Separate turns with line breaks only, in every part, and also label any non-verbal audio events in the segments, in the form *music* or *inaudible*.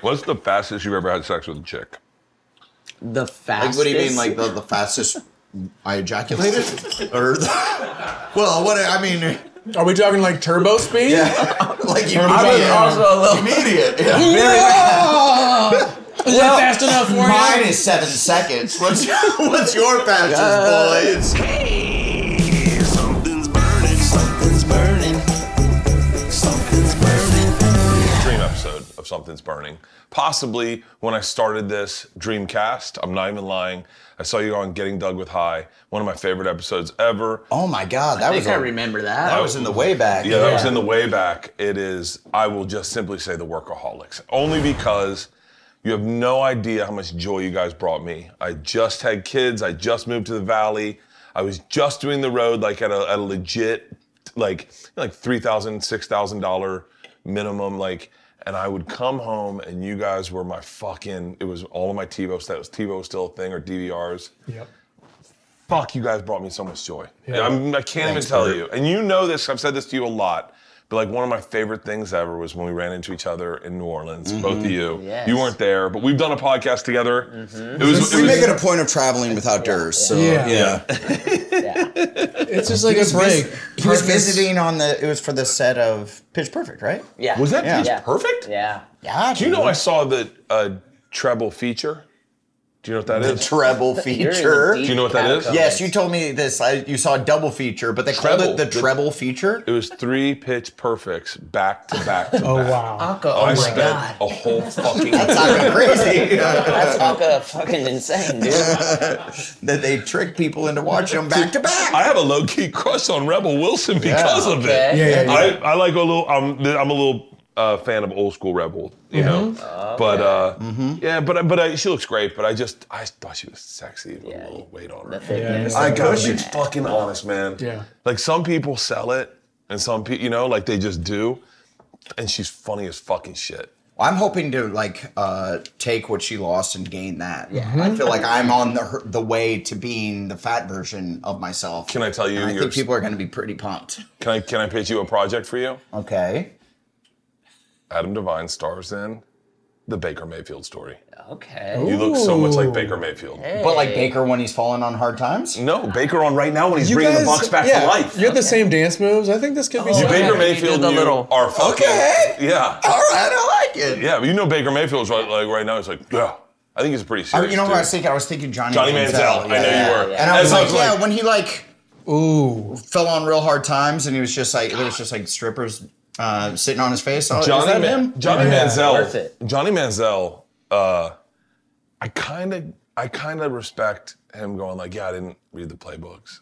What's the fastest you've ever had sex with a chick?
The
Like,
fastest.
what do you mean, like the, the fastest I ejaculated? or, the, well, what I mean,
Are we talking like turbo speed?
yeah, *laughs* like you
I was
immediate.
also a little
*laughs*
Immediate, yeah.
Is that fast enough for
Mine
you?
is seven seconds. What's your, *laughs* what's your fastest, boys?
Something's burning, something's burning, something's burning.
Dream episode of Something's Burning. Possibly when I started this Dreamcast, I'm not even lying. I saw you on Getting Dug with High, one of my favorite episodes ever.
Oh my god, that
I
was
think I
a-
remember that.
That was in the way back.
Yeah, that was in the way back. It is, I will just simply say the workaholics, only because you have no idea how much joy you guys brought me. I just had kids. I just moved to the valley. I was just doing the road like at a, at a legit, like like three thousand, six thousand dollar minimum, like. And I would come home, and you guys were my fucking. It was all of my TiVos. That was TiVo still a thing or DVRs
Yep.
fuck, you guys brought me so much joy. I'm, I can't even tell you. And you know this, I've said this to you a lot, but like one of my favorite things ever was when we ran into each other in New Orleans, both of you.
Mm-hmm. Yes. Mm-hmm.
You weren't there, but we've done a podcast together. It was, it
We
was-
make it a point of traveling without Durs, so
Yeah. It's just like a break.
He was
Partners-
visiting on the. It was for the set of Pitch Perfect, right?
*laughs* yeah.
was that
yeah.
Pitch perfect?
Yeah. Mm-hmm.
Yeah.
Do you know I saw the uh, treble feature? Do you know what that is?
treble feature?
Do you know what that is?
Yes, you told me this. I, you saw a double feature, but they called
Treble.
it the
The-
treble feature. *laughs*
it was three pitch perfects back to back to
Oh
back.
wow.
Aka, oh
I
my
spent
god.
a whole
*laughs*
fucking *laughs*
Fucking crazy
That's Aka fucking insane, dude.
that they trick people into watching them back to back.
I have a low key crush on Rebel Wilson because of
okay.
it.
Yeah, yeah, yeah.
I, I like a little. I'm I'm a little uh, fan of old school Rebel, you know. But uh, yeah, but I- but I, she looks great. But I just I thought she was sexy with
Yeah.
a little weight on her.
The thick
Yeah,
ass.
yeah.
I gotta be fucking honest, man.
Yeah.
Like some people sell it, and some people, you know, like they just do. And she's funny as fucking shit.
I'm hoping to like uh, take what she lost and gain that. I feel like I'm on the her- the way to being the fat version of myself.
Can I tell you
And I
your-
think people are going to be pretty pumped.
Can I can I pitch you a project for you?
Okay.
Adam Devine stars in the Baker Mayfield story.
Okay.
You look so much like Baker Mayfield.
But like Baker when he's falling on hard times.
No, Baker on right now when he's bringing the Bucks back to life.
You have the same dance moves. I think this could be.
You
something.
Oh, yeah,
Baker
you
Mayfield,
did the
you
little-
are fucking.
Okay.
Yeah,
All right, I like it.
yeah. But you know Baker Mayfield's right, like right now. He's like, yeah. I think he's a pretty
I-
serious.
you know who
dude.
I was thinking? I was thinking Johnny,
Johnny Manziel. I know you were.
And I was,
And
like, yeah, when he like
Ooh.
fell on real hard times, and he was just like, there was just like strippers uh, sitting on his face. Oh, is
Johnny,
that
Man-
him?
Johnny
Yeah.
Worth
Manziel.
it.
Johnny Manziel. Uh, I kind of, I kind of respect him going like, yeah, I didn't read the playbooks.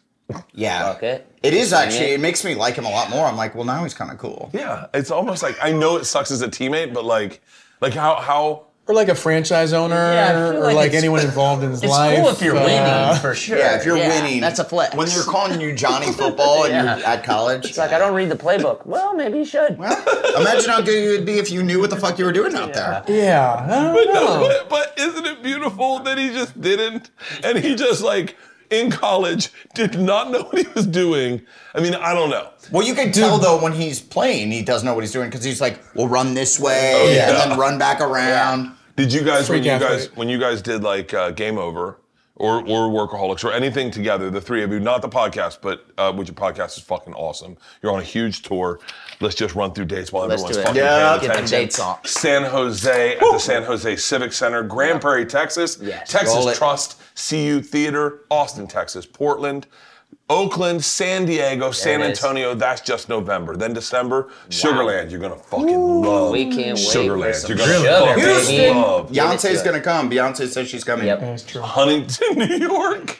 Yeah,
Fuck it.
It is actually.
it.
It makes me like him a lot more. I'm like, well, now he's kind of cool.
Yeah, it's almost like I know it sucks as a teammate, but like, like how how
Or like a franchise owner,
Yeah, I feel
or
like
like,
it's- *laughs*
anyone involved in his
It's
life.
cool if you're
uh,
winning, for sure.
Yeah, if you're winning,
that's a flex.
When you're calling you Johnny football
*laughs*
and you're at college,
It's like I don't read the playbook. Well, maybe you should.
*laughs* imagine how good you'd be if you knew what the fuck you were doing out there.
Yeah. I don't know.
But, but isn't it beautiful that he just didn't? And he just like in college did not know what he was doing. I mean, I don't know.
Well, you can tell though when he's playing, he does know what he's doing because he's like, we'll run this way
Oh,
and then run back around.
Did you guys when
Freak
you
athlete.
guys when you guys did like uh, Game Over or or Workaholics or anything together, the three of you, not the podcast, but uh, which your podcast is fucking awesome. You're on a huge tour. Let's just run through dates while
Let's
everyone's
do it.
fucking
Yeah.
paying
Get them
attention.
dates on.
San Jose at the San Jose Civic Center, Grand Prairie, Texas,
Yes.
Roll
Texas
it.
Trust, CU Theater, Austin, Texas, Portland. Oakland, San Diego, San
it is.
Antonio, that's just November. Then December, Sugarland, you're gonna fucking love
We can't wait for
Sugarland.
some
You're gonna
sugar,
fucking
baby.
love
Beyonce's
to
gonna come. Beyonce says she's coming.
Yep.
That's true.
Huntington, *laughs* New York.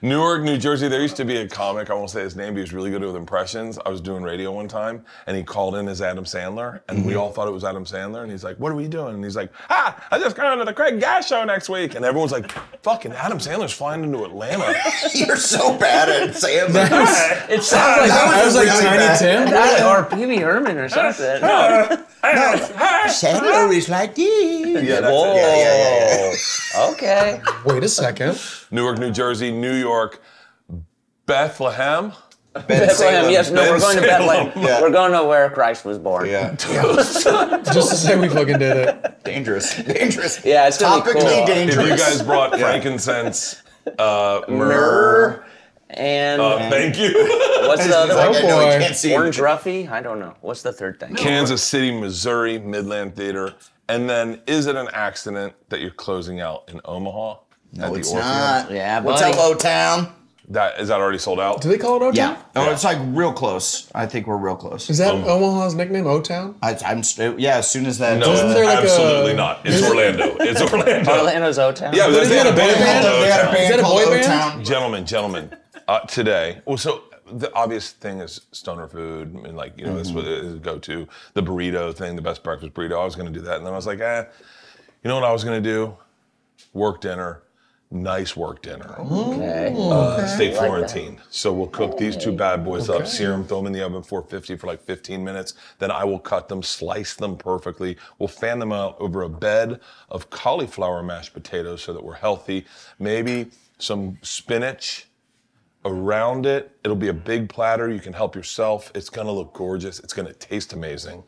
Newark, New Jersey. There used to be a comic. I won't say his name, but he was really good with impressions. I was doing radio one time, and he called in as Adam Sandler, and
Mm-hmm.
we all thought it was Adam Sandler. And he's like, "What are we doing?" And he's like, "Ah, I just got to the Craig Guy show next week," and everyone's like, "Fucking Adam Sandler's flying into
*laughs*
Atlanta."
*laughs* You're so bad at saying that. *laughs*
It
*laughs*
sounds like
That
I was like
really
Tiny
bad.
Tim.
or Pee Wee Herman or something.
Sandler is like this.
yeah, that's it.
Whoa.
Yeah, yeah,
*laughs*
yeah,
Okay.
*laughs* Wait a second.
Newark, New Jersey, New York, Bethlehem.
Bethlehem. Yes, no,
Ben
we're going to
Salem.
Bethlehem.
Yeah.
We're going to where Christ was born.
Yeah.
Just to say we fucking did it.
dangerous. Dangerous.
Yeah, it's gonna be
Topically
cool.
If
dangerous.
you guys
*laughs*
brought frankincense, uh, myrrh,
Err.
And
Oh,
uh, thank
*laughs*
you.
what's the
He's
other
like,
one?
I know
boy.
he can't see
Orange
it.
Ruffy? I don't know. What's the third thing?
Kansas City, Missouri, Midland Theater. And then, is it an accident that you're closing out in Omaha?
No, it's
Orpheum?
not.
Yeah,
What's up,
buddy.
O Town?
That is that already sold out?
Do they call it O Town?
Yeah. Oh, it's like real close. I think we're real close.
Is that Omaha's nickname, O Town?
I, I'm st- yeah. As soon as that.
No,
Isn't there like
absolutely
a-
not. It's Orlando.
*laughs*
It's Orlando.
Orlando's O Town.
Yeah, they,
Isn't
they had a
that a boy
band
band?
called
They had a
O-Town.
Is that
band
a
called
boy
O
band?
Town.
Gentlemen, gentlemen, uh, today. Well, so the obvious thing is stoner food, and like you know, that's what is go to. The burrito thing, the best breakfast burrito. I was going to do that, and then I was like, eh, you know what I was going to do? Work dinner, nice work dinner.
Okay.
Uh, stay Florentine. so we'll cook these two bad boys up, sear them, throw them in the oven 450 for like 15 minutes. Then I will cut them, slice them perfectly. We'll fan them out over a bed of cauliflower mashed potatoes so that we're healthy. Maybe some spinach around it. It'll be a big platter. You can help yourself. It's gonna look gorgeous. It's gonna taste amazing.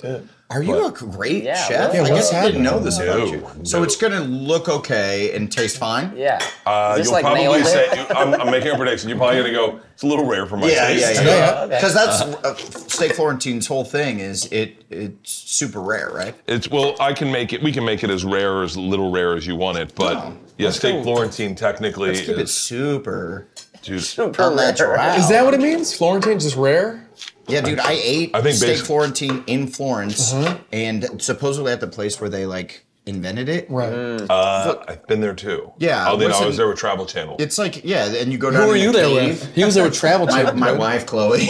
Are you a great
Yeah,
chef?
what- Yeah,
I
what's
guess I didn't know this
No,
about you. So
no.
it's gonna look okay and taste fine.
Yeah.
Uh,
Is this
you'll
like
probably
mayo
say
*laughs* dip?
you, I'm, I'm making a prediction. You're probably gonna go. It's a little rare for my
Yeah,
taste.
yeah, yeah.
okay.
Because that's uh, steak Florentine's whole thing is it it's super rare, right?
It's well, I can make it. We can make it as rare or as little rare as you want it, but yeah, steak Florentine technically
Let's keep it
is.
super.
Dude,
Oh,
Super
natural.
rare.
Is that what it means? Florentine's just rare?
Yeah, dude, I ate
I think
steak
basi-
Florentine in Florence, and supposedly at the place where they like invented it.
Right.
uh, I've been there too.
Yeah,
Oh, then I
listen-
was there with Travel Channel.
It's like yeah, and you go down.
Who
in
were you
the
there
cave.
with? He was there with Travel
My,
*laughs*
Channel.
my
right?
wife Chloe.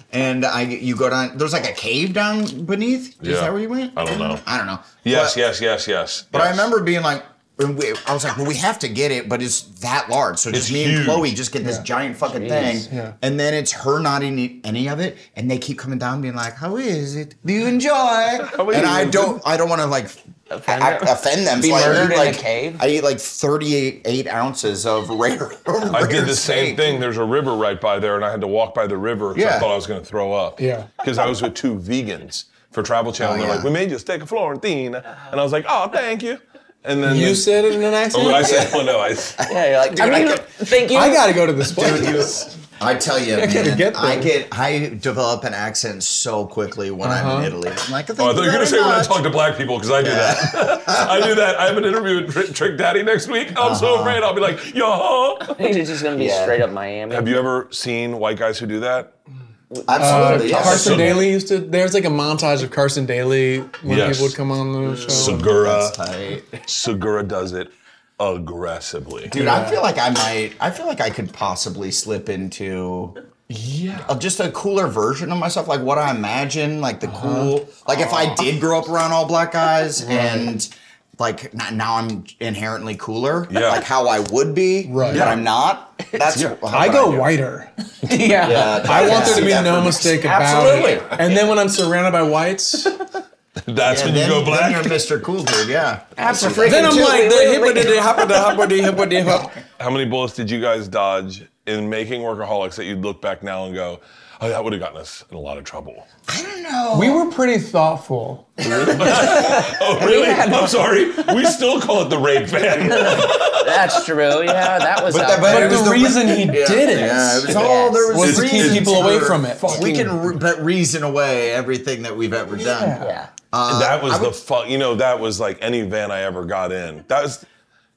*laughs* and I, you go down. There's like a cave down beneath. Is
Yeah.
that where you went?
I don't know.
I don't know.
yes,
But-
yes, yes, yes.
But I
yes.
remember being like, when we- I was like, well, we have to get it, but it's that large. So just
It's
me
huge.
and Chloe just get this giant fucking thing.
yeah.
And then it's her not eating any of it. And they keep coming down being like, how is it? Do
*laughs*
you enjoy? and
is
I
it?
don't, I don't want to like
Offend
I-
them.
offend them.
Be
so I eat,
murdered in a
like,
cave?
I eat like 38 eight ounces of *laughs* rare.
I
rare
did the same
steak.
thing. There's a river right by there, and I had to walk by the river because I
Yeah.
thought I was going to throw up.
Yeah.
Because I was with two vegans for Travel Channel.
Oh,
and They're
yeah.
like, "We made you a steak of Florentine," and I was like, "Oh, thank you." And then *laughs*
You said it in an
Oh,
accent?
what I
*laughs*
said, "Oh no, I."
Yeah, you're like, I mean, thank you.
I gotta go to this place.
Dude, he was- I tell you,
gotta
man,
get
I
there.
get I develop an accent so quickly when I'm in Italy. I'm like,
Oh, I thought you were
going
gonna
to
say we're gonna talk to black people because I do that. *laughs* I do that. I have an interview with Tri- Trick Daddy next week. I'm so afraid I'll be like, yo.
It's just gonna be
Yeah.
straight up Miami.
Have you ever seen white guys who do that?
Uh,
Absolutely, yes.
Carson
So-
Daly used to. There's like a montage of Carson Daly when
Yes.
people would come on the show.
Segura,
That's tight.
Segura does it aggressively.
Dude, I feel like I might. I feel like I could possibly slip into
yeah.
a- just a cooler version of myself, like what I imagine, like the cool. Like if I did grow up around all black guys and. Like n- now, I'm inherently cooler.
Yeah.
Like how I would be,
Right.
but
Yeah.
I'm not. That's how
I go
do.
whiter.
yeah.
Yeah,
I
can
want there to
see
be
that
no
for me.
mistake about it.
Absolutely.
And then when I'm surrounded
*laughs*
by whites, then
*laughs* That's when you
Then,
go
then
black.
you're Mr. Cool Dude, yeah.
Absolutely.
I'm like the hippity hoppity hoppity hippity hop.
How many bullets did you guys dodge in making workaholics that you'd look back now and go, oh, that would have gotten us in a lot of trouble? *laughs*
I don't know.
We were pretty thoughtful.
Oh, really? I'm sorry. We still call it the rape *laughs* van.
That's true. Yeah, that was.
that-
out
but
there.
it
But
was the-
the reason he did it.
Yeah, it was all there was,
Was to keep
reasons
people
for-
away from it.
We can re- but reason away everything that we've ever done.
yeah.
Uh,
that was the fuck. You know, that was like any van I ever got in. That was,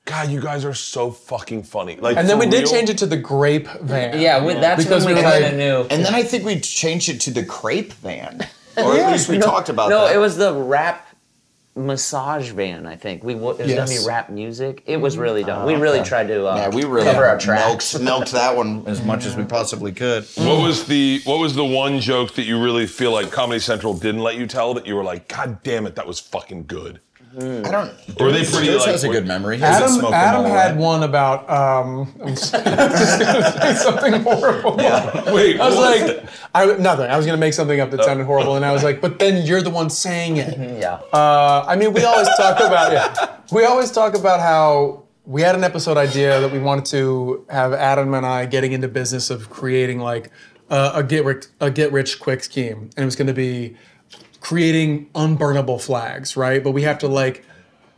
God, you guys are so fucking funny. Like,
And then
for
we did
real.
change it to the grape van.
Yeah, we, that's
Because
when we
we were
kind
like-
of knew.
And then I think we changed it to the crepe van, or at least we talked about
no,
that.
it was the rap massage van. I think we wa- it was gonna
Yes.
be rap music. It was really dumb. we really tried to uh,
Ah, Yeah, we really
cover our
milked-
tracks.
milked that one as much as we possibly could.
What was the What was the one joke that you really feel like Comedy Central didn't let you tell that you were like, God damn it, that was fucking good.
I don't.
Were they pretty?
This
like,
has a
were-
good memory. He was a
Adam,
smoking
Adam
hole,
had
right?
one about um, *laughs* I'm just gonna say something horrible.
Wait,
I was
what was
like, *laughs* Oh. I, nothing. I was gonna make something up that sounded horrible, and I was like, but then you're the one saying
Mm-hmm.
it.
yeah.
Uh, I mean, we always talk about yeah, we always talk about how we had an episode idea that we wanted to have Adam and I getting into business of creating like uh, a get rich, a get rich quick scheme, and it was going to be creating unburnable flags, right? But we have to like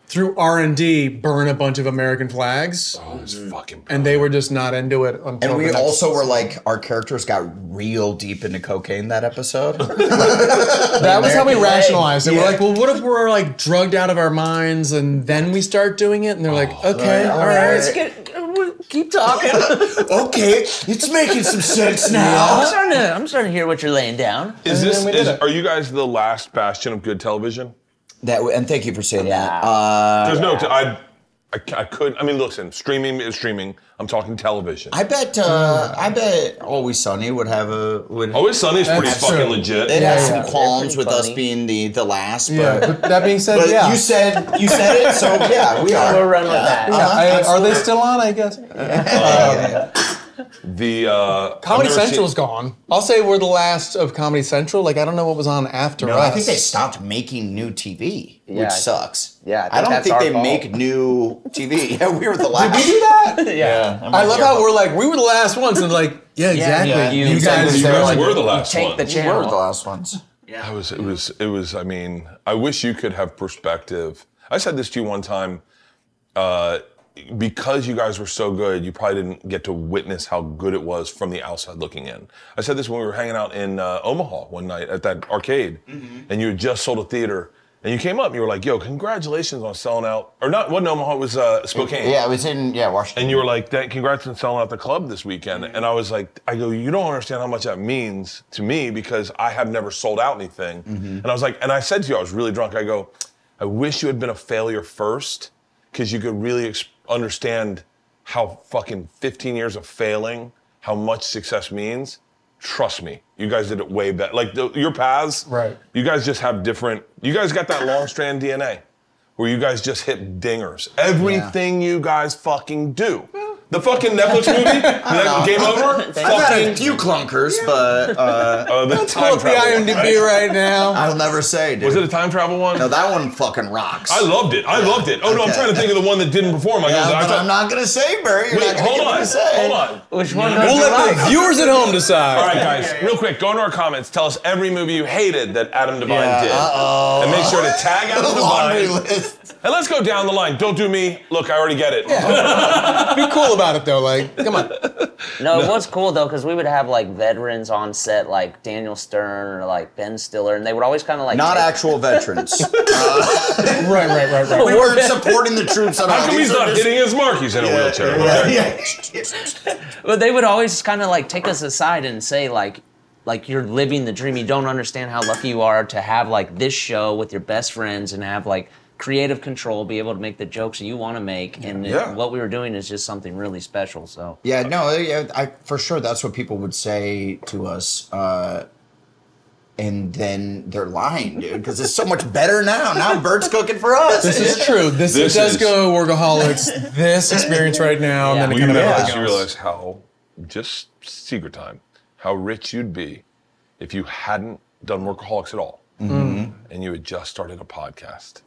through R and D burn a bunch of American flags,
Oh, it's fucking.
and they were just not into it. Until
And
the
we
next-
also were like, our characters got real deep into cocaine that episode.
that was how we
American
rationalized it.
flag.
We're like, well, what if we're like drugged out of our minds, and then we start doing it? And they're like, okay, all right.
Let's get, uh, keep talking.
okay, it's making some *laughs* sense now.
I'm, starting to, I'm starting to hear what you're laying down.
Is
And
this?
then we did
Is,
it.
are you guys the last bastion of good television?
That and thank you for saying that.
Yeah.
Uh,
There's no. T- I, I, c- I could. I mean, listen. Streaming is streaming. I'm talking television.
I bet uh, I bet Always Sunny would have a would.
Always Sunny Oh, is pretty
That's
fucking
true.
legit.
it
Yeah,
has
yeah.
some qualms
Pretty
with us
funny.
being the the last, but,
Yeah, but that being said,
but
yeah.
you said you said it, *laughs* so yeah, we are.
We'll run with that.
Yeah, Uh, I- are they still on? I guess.
The uh,
Comedy
I've never
Central's
seen-
gone. I'll say we're the last of Comedy Central. Like I don't know what was on after
No, I
us.
think they stopped making new TV,
Yeah, I-
which sucks.
yeah, I think
I, don't
that's
think
our
they
fault.
make new TV. *laughs* Yeah, we were the last.
Did we do
*laughs*
that?
Yeah.
I'm
I
not
love
sure.
how we're like we were the last ones and like *laughs* yeah exactly
yeah,
you,
you
guys.
guys-
You
They're
guys
like,
were the last one.
Take the
we were the
channel.
last ones.
I was. It was. It was. I mean, I wish you could have perspective. I said this to you one time. Uh, because you guys were so good, you probably didn't get to witness how good it was from the outside looking in. I said this when we were hanging out in uh, Omaha one night at that arcade, and you had just sold a theater, and you came up and you were like, "Yo, congratulations on selling out!" Or not? Wasn't Omaha? It was uh, Spokane.
Yeah, it was in yeah Washington.
And you were like, "That- congrats on selling out the club this weekend. And I was like, I go, you don't understand how much that means to me because I have never sold out anything. And I was like, and I said to you, I was really drunk. I go, I wish you had been a failure first because you could really ex- understand how fucking 15 years of failing, how much success means. Trust me, you guys did it way better. Like the, your paths,
Right.
You guys just have different. You guys got that long strand DNA where you guys just hit dingers. Everything you guys fucking do. The fucking Netflix movie,
*laughs*
that Game Over,
I've had a
fucking
few clunkers, but uh,
uh, the
Pull
time
up the
travel. one,
IMDb
right?
right
*laughs*
now.
I'll never say. Dude.
Was it a time travel one?
no, that one fucking rocks.
I loved it. I loved it. Oh no, I'm
Okay.
trying to think of the one that didn't perform. I
Yeah,
goes, I
but
thought-
I'm not gonna say, Barry. You're
Wait,
not gonna
hold
get me
on,
to say.
hold on.
Which one
We'll
goes
*laughs*
let the
right?
viewers at home decide.
All right, guys, real quick, go into our comments. Tell us every movie you hated that Adam Devine
Yeah,
did, and make sure to tag
*laughs*
Adam
The laundry
Devine.
list.
And let's go down the line. Don't do me. Look, I already get it.
Be cool about it though. Like
*laughs*
come on.
No, it was cool though because we would have like veterans on set, like Daniel Stern or like Ben Stiller, and they would always kind of like
Not
take-
actual
*laughs*
veterans. Uh,
Right right right right.
we weren't supporting the troops at all.
How come he's
These are
not
just-
hitting his mark? He's
*laughs*
in a wheelchair.
Yeah.
But they would always kind of like take us aside and say like, like you're living the dream. You don't understand how lucky you are to have like this show with your best friends and have like creative control, be able to make the jokes you want to make. And it-
Yeah.
what we were doing is just something really special. So
*laughs* Yeah, no, yeah, I for sure that's what people would say to us. Uh, and then they're lying, dude, because it's so much better now. Now Bert's cooking for us.
This is true. This,
This
does
is-
go workaholics. This experience right now, and then
Yeah.
Well,
it
you
kind of
realize,
everything
you
else.
realize how, just secret time, how rich you'd be if you hadn't done Workaholics at all, and you had just started a podcast,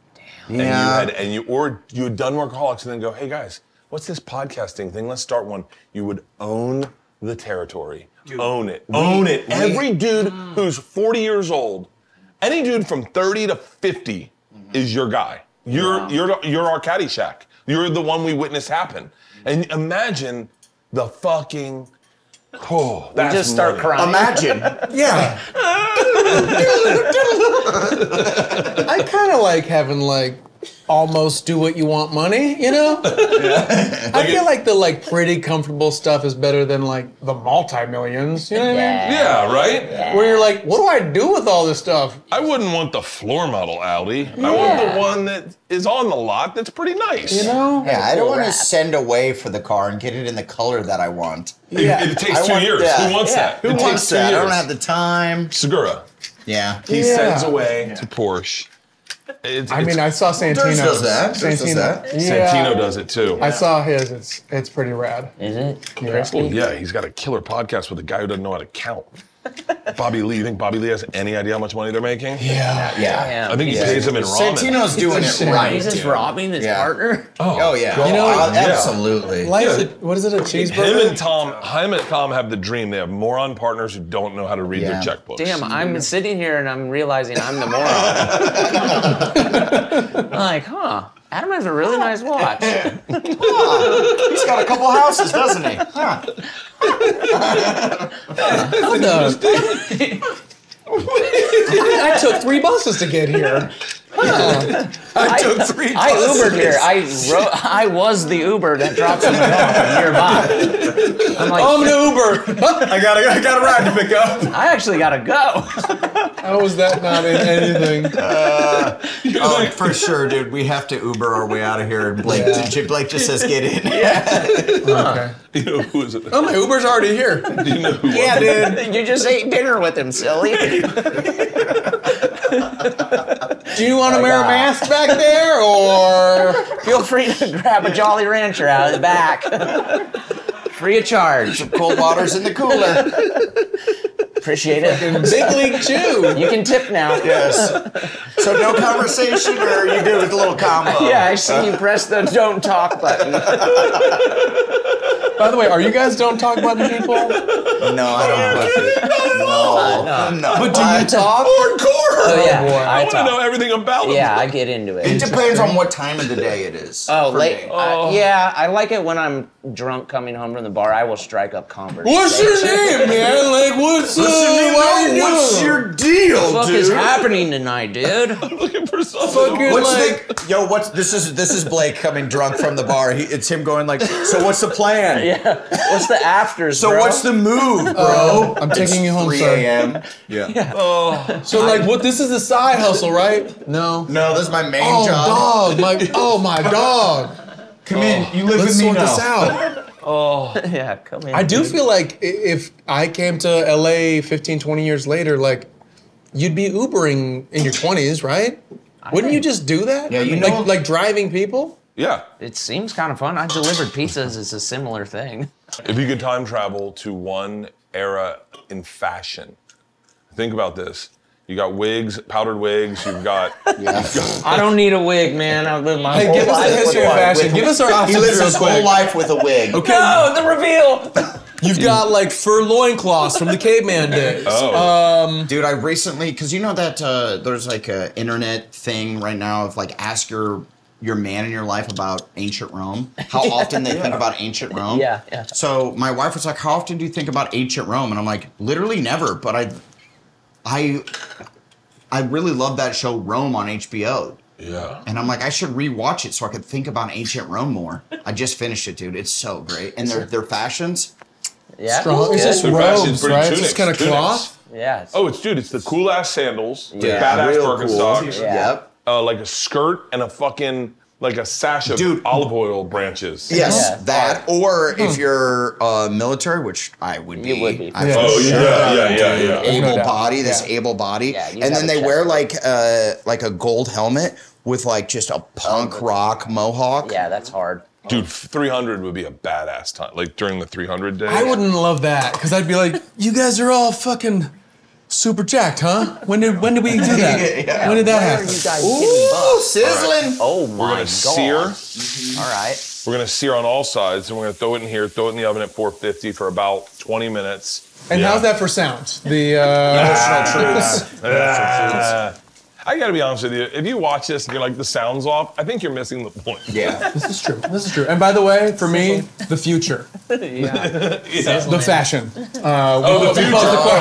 and you
Yeah.
had, and you or you had done Workaholics and then go, hey guys, what's this podcasting thing? Let's start one. You would own the territory, own it, own it. Every dude who's 40 years old, any dude from 30 to 50 is your guy. You're you're you're our Caddyshack. You're the one we witnessed happen. And imagine the fucking. Oh, that's
just start
money.
crying.
Imagine.
Yeah. I kind of like having like almost do what you want money, you know? I feel like the like pretty comfortable stuff is better than like the multi-millions, you know what I mean?
Yeah, right.
Where you're like, what do I do with all this stuff?
I wouldn't want the floor model Audi. I want the one that is on the lot. That's pretty nice.
You know?
Yeah, I don't
full
want to
wrap.
send away for the car and get it in the color that I want.
It,
Yeah.
it takes
I
two
want-
years.
yeah,
Who wants
yeah.
that? Who
It
wants
takes
two
that.
years?
I don't have the time.
Segura.
Yeah.
He
Yeah.
sends away to Porsche. It's-
I mean, I
it's-
saw Santino.
Durst does that. Durst does that.
Yeah.
Santino does it too.
I saw his. It's it's pretty rad.
is it?
Yeah.
Well, yeah, he's got a killer podcast with a guy who doesn't know how to count. Bobby Lee, you think Bobby Lee has any idea how much money they're making?
Yeah.
Yeah.
I think he pays him in ramen.
Santino's doing
He's
it
a
right.
He's just
dude.
robbing his
Yeah.
partner.
Oh, yeah.
God.
You know,
Oh,
yeah.
absolutely.
Life's a, what is it? A cheeseburger?
Him and Tom, him and Tom have the dream. They have moron partners who don't know how to read
Yeah.
their checkbooks.
Damn, I'm sitting here and I'm realizing I'm the moron.
*laughs*
I'm like, huh? Adam has a really nice watch.
He's got a couple houses, doesn't he? Huh.
What the- *laughs* I I took three buses to get here.
I took three.
I Ubered
buses.
here.
*laughs*
I ro- I was the Uber that dropped him off nearby. I'm like,
Um,
I'm an Uber. *laughs*
I got a, I got a ride to pick up.
I actually gotta go.
How is that not in *laughs* anything?
*laughs* oh, for sure, dude. We have to Uber our way out of here. And Blake, Blake just says, "Get in."
Okay.
*laughs* You know who is it?
Oh, my Uber's already here.
Do you know who?
*laughs*
Um, Yeah, dude.
you just ate dinner with him, silly.
Do you want to wear a mask back there, or
Feel free to grab a Jolly Rancher out of the back. *laughs* Free of charge.
Cold water's in the cooler.
Appreciate it.
Big League Chew?
You can tip
*laughs*
now.
Yes. So no conversation, or you do with a little combo.
Yeah, I see you press the don't talk button.
By the way, are you guys don't talk button people?
No, I don't. know. No, no. But
do you talk?
Hardcore.
Oh, yeah,
boy.
I
I
want to know
talk.
everything about him.
Yeah, I get *laughs* into
It
it.
depends on what time of the day it is.
Oh,
for
late.
me.
I- yeah, I like it when I'm drunk coming home from the bar. I will strike up conversation.
What's your name, man? Like, what's, uh,
What's your name,
what
man?
you
What's
doing?
your deal,
the fuck
dude?
is happening tonight, dude?
I'm looking for something.
Fucking-
What's
Like-
the, yo? What's this is this is Blake coming drunk from the bar. He, it's him going like, so what's the plan?
*laughs* Yeah. What's the afters,
So
bro?
what's the move,
Oh,
bro?
I'm taking you home,
3
sir.
a.m. Yeah.
Oh,
So, like, what? This is a side hustle, right? No.
No, this is my main
Oh,
job.
dog. My, oh, *laughs* my dog.
Come in. You live
Let's
with me
sort
now.
this out.
*laughs* Yeah, come in.
I do
dude.
feel like i- if I came to LA 15, 20 years later, like, you'd be Ubering in your 20s, right? Wouldn't you just do that?
Yeah, you
like,
know-
like driving people.
yeah.
It seems kind of fun. I delivered pizzas. It's a similar thing.
If you could time travel to one era in fashion, think about this. You got wigs, powdered wigs. You've got
*laughs* I don't need a wig, man. I've lived my
Hey,
whole
give us
life
the history of
with one.
fashion. Give us our
He
options
lives
real
his whole
quick.
life with a wig.
Okay,
No, the reveal.
you've got like fur loincloths from the caveman days.
oh,
Dude, I recently because you know that uh, there's like a internet thing right now of like ask your your man in your life about ancient Rome,
*laughs*
how often they think about ancient Rome.
Yeah, yeah.
So my wife was like, "How often do you think about ancient Rome?" And I'm like, "Literally never." But I, I, I really love that show Rome on HBO.
yeah.
And I'm like, I should rewatch it so I could think about ancient Rome more. I just finished it, dude. It's so great, and their their fashions.
Yeah.
Strong. It's
Yeah.
just
Their fashion's
robes,
pretty
right? It's
tunics,
just kind of
tunics.
cloth.
Yeah. it's-
Oh, it's dude. It's the cool ass sandals, the
Yeah.
badass
Real
Birkenstocks,
cool.
Yeah.
Yep.
uh, like a skirt and a fucking like a sash of
Dude.
olive oil branches.
Yes,
Yeah.
that. Or if you're uh, military, which I would be.
You would be.
I
Yeah.
for
Oh,
sure
yeah, yeah, yeah, yeah.
Able
No doubt.
body, this
Yeah.
able body,
Yeah, you gotta
and then they
check
wear
it.
like uh, like a gold helmet with like just a punk rock mohawk.
Oh, Yeah, that's hard.
Dude, 300 would be a badass time. Like during the 300 day.
I wouldn't love that because I'd be like, you guys are all fucking super jacked, huh? When did when did we do that?
Yeah.
When did that
Why are
happen?
you guys getting
Ooh,
buff?
sizzling.
Oh
We're
my
gonna
god.
sear.
All right.
We're gonna sear on all sides, and we're gonna throw it in here, throw it in the oven at 450 for about 20 minutes.
And
Yeah.
how's that for sound? The uh,
Ah. I gotta be honest with you. If you watch this and you're like, the sound's off, I think you're missing the point.
Yeah.
*laughs* this is true. This is true. And by the way, for me, the future,
*laughs* Yeah.
the fashion.
Oh, the future.
Pose the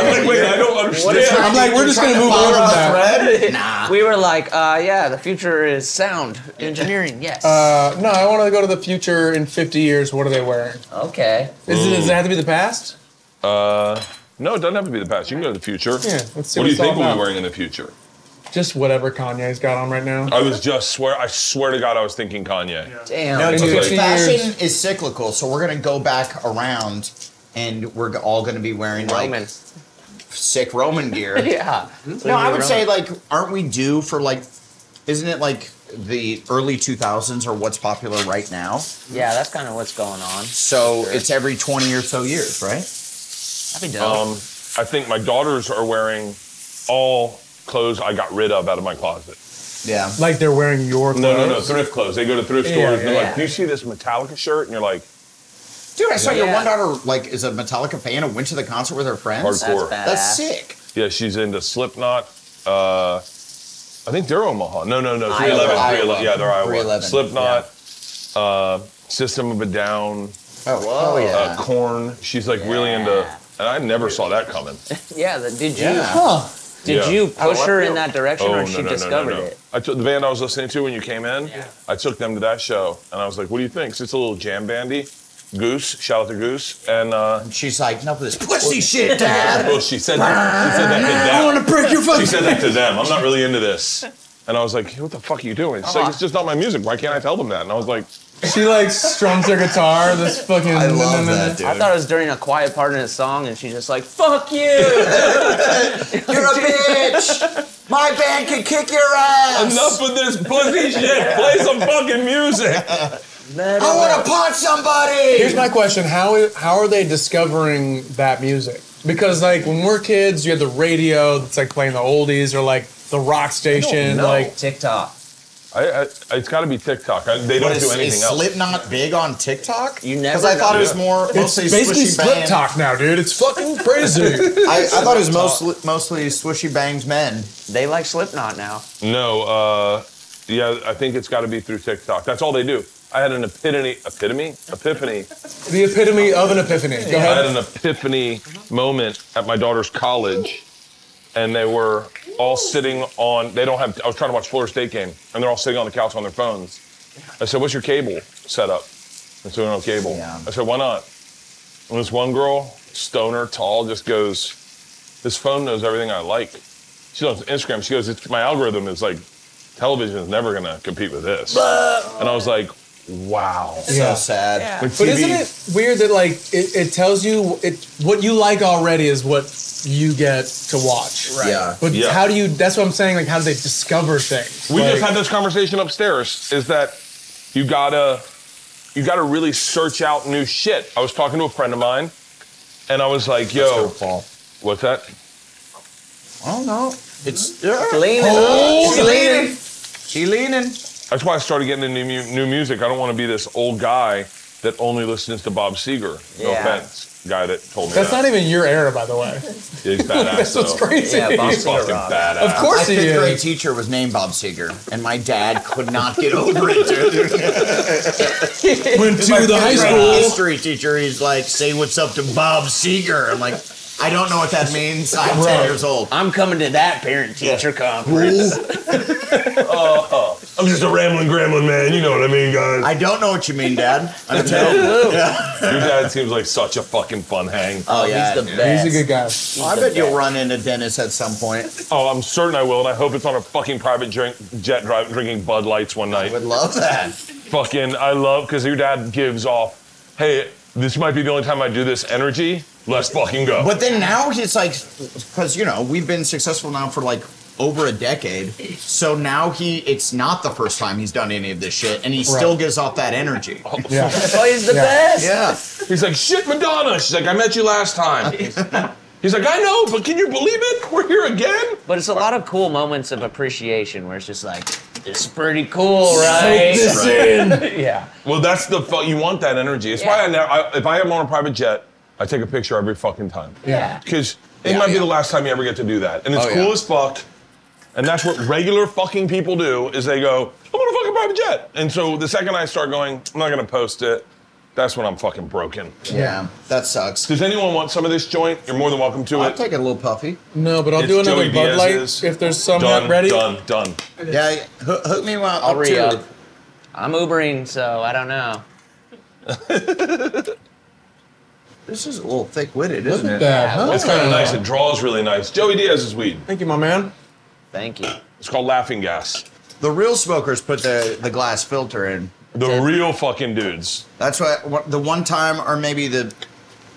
I was like- I was
Oh,
question. *laughs*
like, wait, I don't
I'm
understand.
like, we're just gonna move on from that.
*laughs* Nah.
*laughs* We were like, uh, yeah, the future is sound engineering. Yes.
Uh, no, I want to go to the future in 50 years. What are they wearing?
okay.
Is it, does it have to be the past?
Uh, no, it doesn't have to be the past. You can go to the future.
Yeah, let's see
What do
what
you
it's all
think we'll
about.
be wearing in the future?
Just whatever Kanye's got on right now.
I was just swear. I swear to God, I was thinking Kanye.
Damn.
No, dude,
Okay.
fashion is cyclical, so we're gonna go back around, and we're all gonna be wearing like
Roman. *laughs*
sick Roman gear.
Yeah.
No, I would say like, aren't we due for like, isn't it like the early 2000s or what's popular right now?
Yeah, that's kind of what's going on.
So it's every 20 or so years, right?
That'd be dope.
Um, I think my daughters are wearing all clothes I got rid of out of my closet.
Yeah.
Like they're wearing your clothes.
No, no, no, thrift clothes. They go to thrift
Yeah,
stores and they're
yeah,
like, "Do you see this Metallica shirt?" And you're like,
Dude, I saw your
Yeah.
one daughter like is a Metallica fan and went to the concert with her friends.
Hardcore.
That's badass.
That's sick.
"Yeah, she's into Slipknot." Uh, I think they're Omaha. No, no, no,
Iowa.
311,
Iowa.
311. Yeah, they're Iowa.
311,
Slipknot, uh, System of a Down,
Oh, whoa, yeah.
uh, Corn. She's like really into, and I never saw that coming.
Yeah, the, did you
Yeah. Oh,
Huh.
did
Yeah.
you push
left
her in
field.
that
Oh,
direction, or she discovered it?
I took the band I was listening to when you came in. I took them to that show, and I was like, "What do you think?" 'Cause It's a little jam bandy. Goose, shout out to Goose, and uh,
She's like, enough of this pussy shit, Dad.
well, she said that, she said that to
I
them.
want to break your
She
fucking.
said that to them. I'm not really into this, and I was like, "What the fuck are you doing?" She's like, "It's just not my music. Why can't I tell them that?" And I was like,
She like strums her guitar. This fucking.
I love that, dude.
I thought it was during a quiet part in a song, and she's just like, "Fuck you!"
*laughs*
*laughs*
You're a bitch. My band can kick your ass.
"Enough with this pussy shit. Play some fucking music."
I want to punch somebody.
Here's my question: How i- how are they discovering that music? Because like when we're kids, you had the radio that's like playing the oldies or like the rock station. Like
TikTok.
I, I, it's got to be TikTok. I, they don't
But is,
do anything
is
else.
Slipknot big on TikTok?
You never
Because I thought
know.
it was more
it's
mostly
basically
swishy
split
bang.
talk now, dude. It's fucking crazy.
I, I thought it was mostly mostly swishy bangs men.
They like Slipknot now.
No, uh, yeah, I think it's got to be through TikTok. That's all they do. I had an epitome, epitome, epiphany.
the epitome of an epiphany. Go
I had an
ahead.
epiphany moment at my daughter's college, and they were all sitting on. They don't have. I was trying to watch Florida State game, and they're all sitting on the couch on their phones. I said, "What's your cable setup?" And so no cable.
Yeah.
I said, "Why not?" And this one girl, stoner, tall, just goes, "This phone knows everything I like." She's on Instagram. She goes, "It's my algorithm is like." Television is never gonna compete with this. And I was like, wow.
So
Yeah.
sad.
Like TV
But isn't it weird that like it, it tells you it what you like already is what you get to watch.
Right. Yeah.
But
Yeah.
how do you? That's what I'm saying. Like how do they discover things?
We
Like,
just had this conversation upstairs. Is that you gotta you gotta really search out new shit. I was talking to a friend of mine, and I was like, "Yo,
Paul.
what's that?"
I don't know. It's yeah.
Leaning. She's leaning.
she leaning.
That's why I started getting into new, mu- new music. I don't want to be this old guy that only listens to Bob Seger. No
Yeah.
offense, guy that told me
That's
that.
not even your era, by the way.
He's badass.
*laughs* That's what's
though.
crazy.
Yeah, Bob
He's fucking
Seger.
badass.
Of course
My
he
fifth
*laughs*
grade
is.
teacher was named Bob Seger, and my dad could not get over
*laughs*
it, dude.
Went
My fifth grade history teacher, he's like, "Say what's up to Bob Seger." I'm like, I don't know what that means. I'm
Right.
ten years old.
I'm coming to that parent teacher conference.
I'm just a rambling gremlin, man. You know what I mean, guys.
I don't know what you mean, Dad. I'm
*laughs*
ten.
Your dad seems like such a fucking fun hang.
Oh
he's
yeah,
the
dude.
best.
He's a good guy.
I bet you'll run into Dennis at some point.
Oh, I'm certain I will, and I hope it's on a fucking private drink, jet drive, drinking Bud Lights one night.
I would love that.
fucking I love because your dad gives off, hey, this might be the only time I do this energy. Let's fucking go.
But then now it's like, because you know we've been successful now for like over a decade. So now he, it's not the first time he's done any of this shit, and he still gives off that energy.
Yeah.
Oh, he's the
Yeah.
best.
Yeah,
He's like, shit, Madonna. She's like, I met you last time. He's like, I know, but can you believe it? We're here again.
But it's a lot of cool moments of appreciation where it's just like, this is pretty cool, right? yeah.
Well, that's the fu- you want that energy. It's why I, never, I if I am on a private jet, I take a picture every fucking time.
Yeah.
Because it might be the last time you ever get to do that, and it's
Oh,
cool
yeah.
as fuck. And that's what regular fucking people do is they go, I'm on a fucking private jet. And so the second I start going, I'm not gonna post it. That's when I'm fucking broken.
*laughs* yeah, that sucks.
Does anyone want some of this joint? You're more than welcome to
I'll
it.
take a little puffy.
No, but I'll
It's
do another
Joey
Bud
Diaz's.
Light if there's some
done,
not ready.
done, done.
Yeah, hook, hook me one
I'll
up
re uh,
too.
up. I'm Ubering, so I don't know.
This is a little thick-witted,
Look
isn't
at
it?
that. huh?
It's kind of nice. It draws really nice. Joey Diaz's weed.
Thank you, my man.
Thank you. *laughs*
It's called Laughing Gas.
The real smokers put the the glass filter in.
The
it.
real fucking dudes.
That's why what- the one time, or maybe the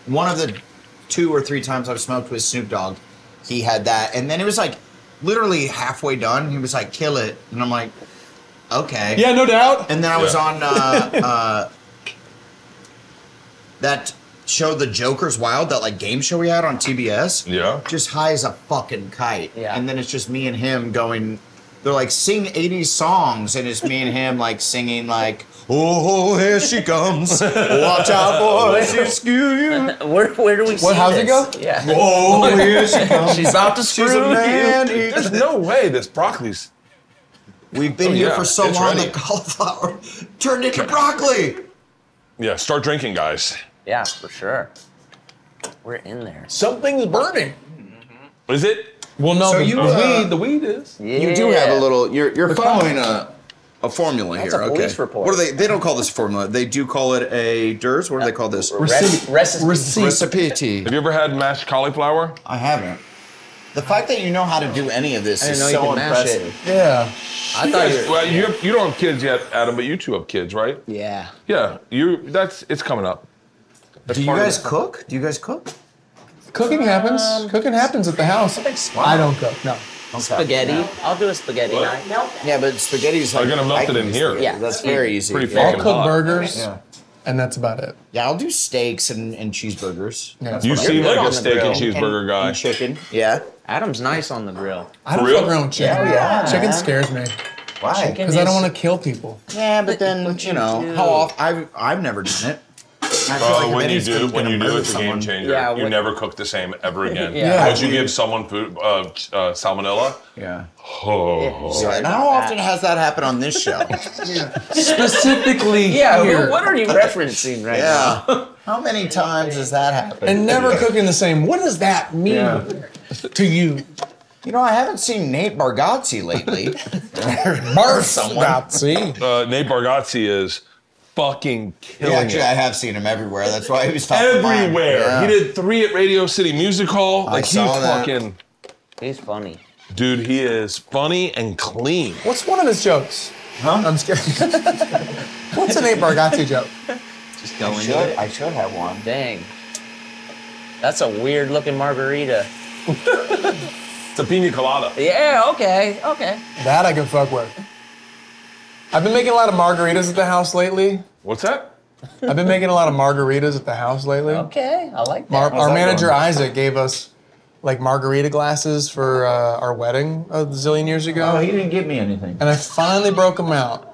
one of the two or three times I've smoked with Snoop Dogg, he had that, and then it was like literally halfway done. He was like, "Kill it," and I'm like, "Okay."
Yeah, no doubt.
uh,
*laughs*
And then I was
Yeah.
on uh, uh, that show The Joker's Wild, that like game show we had on TBS.
Yeah.
Just high as a fucking kite.
Yeah.
And then it's just me and him going. They're like sing 80 songs, and it's me and him like singing like, "Oh, here she comes!
*laughs*
Watch out, boy, she'll
*laughs*
skew you!
Where where do we see
how's it
this?
go?
Yeah.
Oh, here she comes!
She's about to
She's a
screw you.
man eater."
There's no way this broccoli's.
We've been
Oh,
here
yeah,
for so
it's
long
ready.
that cauliflower *laughs* turned into broccoli.
Yeah, start drinking, guys.
Yeah, for sure. We're in there.
Something's burning.
Is it?
Well, no,
So
the,
you,
the
uh,
weed, the weed is.
Yeah.
You do have a little. You're you're following a a formula
That's
here.
a police
okay.
report.
What do they? They don't call this a formula. They do call it a DERS. What do they call this?
Rec- recipe.
Recipe tea.
Have you ever had mashed cauliflower?
I haven't.
The fact that you know how to do any of this
I didn't know you could mash it.
Yeah.
I
You
thought
guys-
you were-
well, you you don't have kids yet, Adam, but you two have kids, right?
Yeah.
Yeah, you. That's it's coming up. That's
Do you
part of
guys
it.
cook? Do you guys cook?
Cooking happens. Cooking happens at the house. I don't cook. No.
spaghetti. I'll do a spaghetti night.
Yeah, but spaghetti's
They're
like
gonna melt
I
it
can
in
do
here.
spaghetti.
Yeah.
that's very easy.
Pretty
I'll
fucking
cook
hot.
burgers,
Yeah.
and that's about it.
Yeah, I'll do steaks and, and cheeseburgers.
Yeah.
You
That's
seem
good
like
on
a
the
steak and
grill.
cheeseburger guy.
And chicken.
Yeah.
Adam's nice on the grill.
I don't
For real?
fuck around with chicken.
Yeah.
Chicken scares me
Why?
because I don't want to kill people.
Yeah, but then you know
do.
how off I've I've never done it. I feel
Oh,
if
when you
anything's
do,
gonna
when you do,
murder
it's a game
someone-
changer.
Yeah,
you
when-
never cook the same ever again.
Yeah.
Once you give someone food, uh, ch- uh, salmonella,
Yeah.
oh,
Sorry
And
about
how
that.
often has that happened on this *laughs* show?
Specifically
Yeah,
here.
well, what are you referencing right now?
yeah. How many times has that happened?
and never cooking the same. What does that mean to you?
you know, I haven't seen Nate Bargatze lately.
Burn someone. See?
uh, Nate Bargatze is fucking
Yeah,
killing
actually, I have seen him everywhere. That's why he was
it.
top of mind.
Everywhere.
Yeah.
He did three at Radio City Music Hall. Like he's
saw that.
fucking,
He's funny.
dude. He is funny and clean.
What's one of his jokes? Huh? I'm scared. *laughs* What's an Nate Bargatze joke?
Just go
I
into
should,
it.
I should have one.
Dang. That's a weird looking margarita.
It's a pina colada.
Yeah, okay, okay.
That I can fuck with. I've been making a lot of margaritas at the house lately.
What's that?
I've been making a lot of margaritas at the house lately.
Okay, I like that.
Our, our
that
manager
going?
Isaac gave us like margarita glasses for uh, our wedding a zillion years ago,
didn't give me anything.
and I finally broke them out.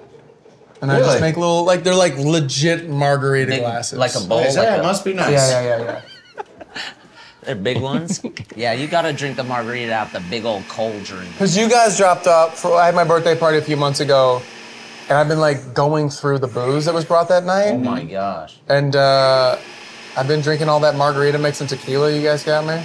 And I
Really?
just make little like they're like legit margarita
Big-
glasses,
Like a bowl.
Yeah,
Oh, Like
it
a-
must be nice.
Yeah, yeah, yeah, yeah.
They're big
*laughs*
ones. yeah, you gotta drink the margarita out the big old cold drink.
Because you guys dropped off. For, I had my birthday party a few months ago, and I've been like going through the booze that was brought that night,
Oh
Mm.
my gosh.
and uh, I've been drinking all that margarita mix and tequila. You guys got me.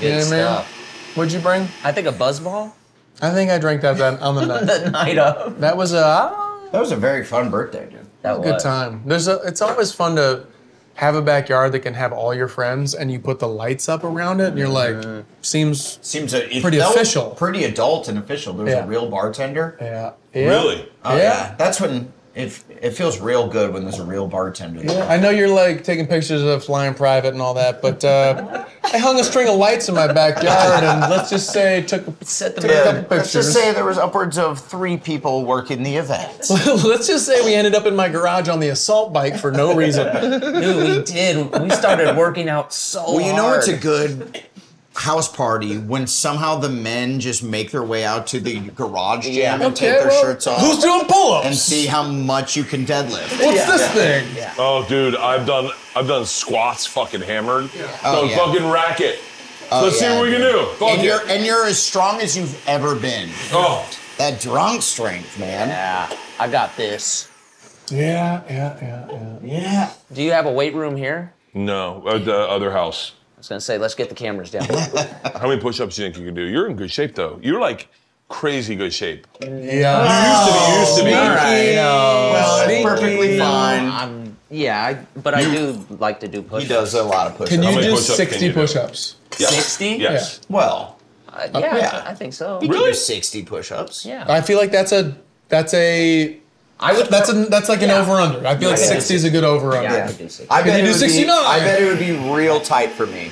Good
Yeah, man.
stuff.
What'd you bring?
I think a buzzball? *laughs*
I think I drank that then on the night.
The night of.
That was a ah,
That was a very fun birthday, dude.
That
good
was.
time. There's a. It's always fun to have a backyard that can have all your friends, and you put the lights up around it, and you're
Mm-hmm.
like, seems
Seems a, it
Pretty
felt
official.
Pretty adult and official. There was
Yeah.
a real bartender.
yeah,
Really?
Oh,
Yeah.
yeah. That's when it, it feels real good when there's a real bartender. there.
Yeah, I know you're like taking pictures of flying private and all that, but uh, I hung a string of lights in my backyard, and let's just say took a,
Set the
took a couple
margarita.
pictures.
Let's just say there was upwards of three people working the event.
*laughs* let's just say we ended up in my garage on the assault bike for
*laughs*
no reason.
Dude, we did. We started working out so
Well, you know it's a
hard.
good house party when somehow the men just make their way out to the garage jam
Yeah.
and take their shirts off
who's doing pull-ups?
and see how much you can deadlift.
What's this thing?
Oh, dude, I've done I've done squats, fucking hammered.
Oh,
Done
yeah. Oh,
fucking racket. Let's see
yeah,
what we can
dude.
do. Fuck
and
it.
you're and you're as strong as you've ever been.
Oh,
That drunk strength, man.
Yeah, I got this.
Yeah, yeah, yeah, yeah.
Yeah.
Do you have a weight room here?
no, at the other house.
I was gonna say, let's get the cameras
*laughs*
down.
How many push-ups do you think you can do? You're in good shape though. You're like crazy good shape. Oh,
yeah.
You used to be, you used to be.
Well, it's
Sneaky.
perfectly fine.
I'm, yeah, I, but I do like to do push-ups.
He does a lot of push-ups.
Can you
many
do
push-ups can
60
you do?
push-ups?
Yes.
60?
Yes.
well,
Uh, yeah,
yeah.
I think so.
you can
Really?
do 60 push-ups.
Yeah.
I feel like that's a that's a
I would.
that's a that's like an
Yeah.
over-under. I feel like
Yeah.
60 is a good over-under.
Yeah, I could do 60.
I
Can
bet
you do
it would be-
69?
I bet it would be real tight for me.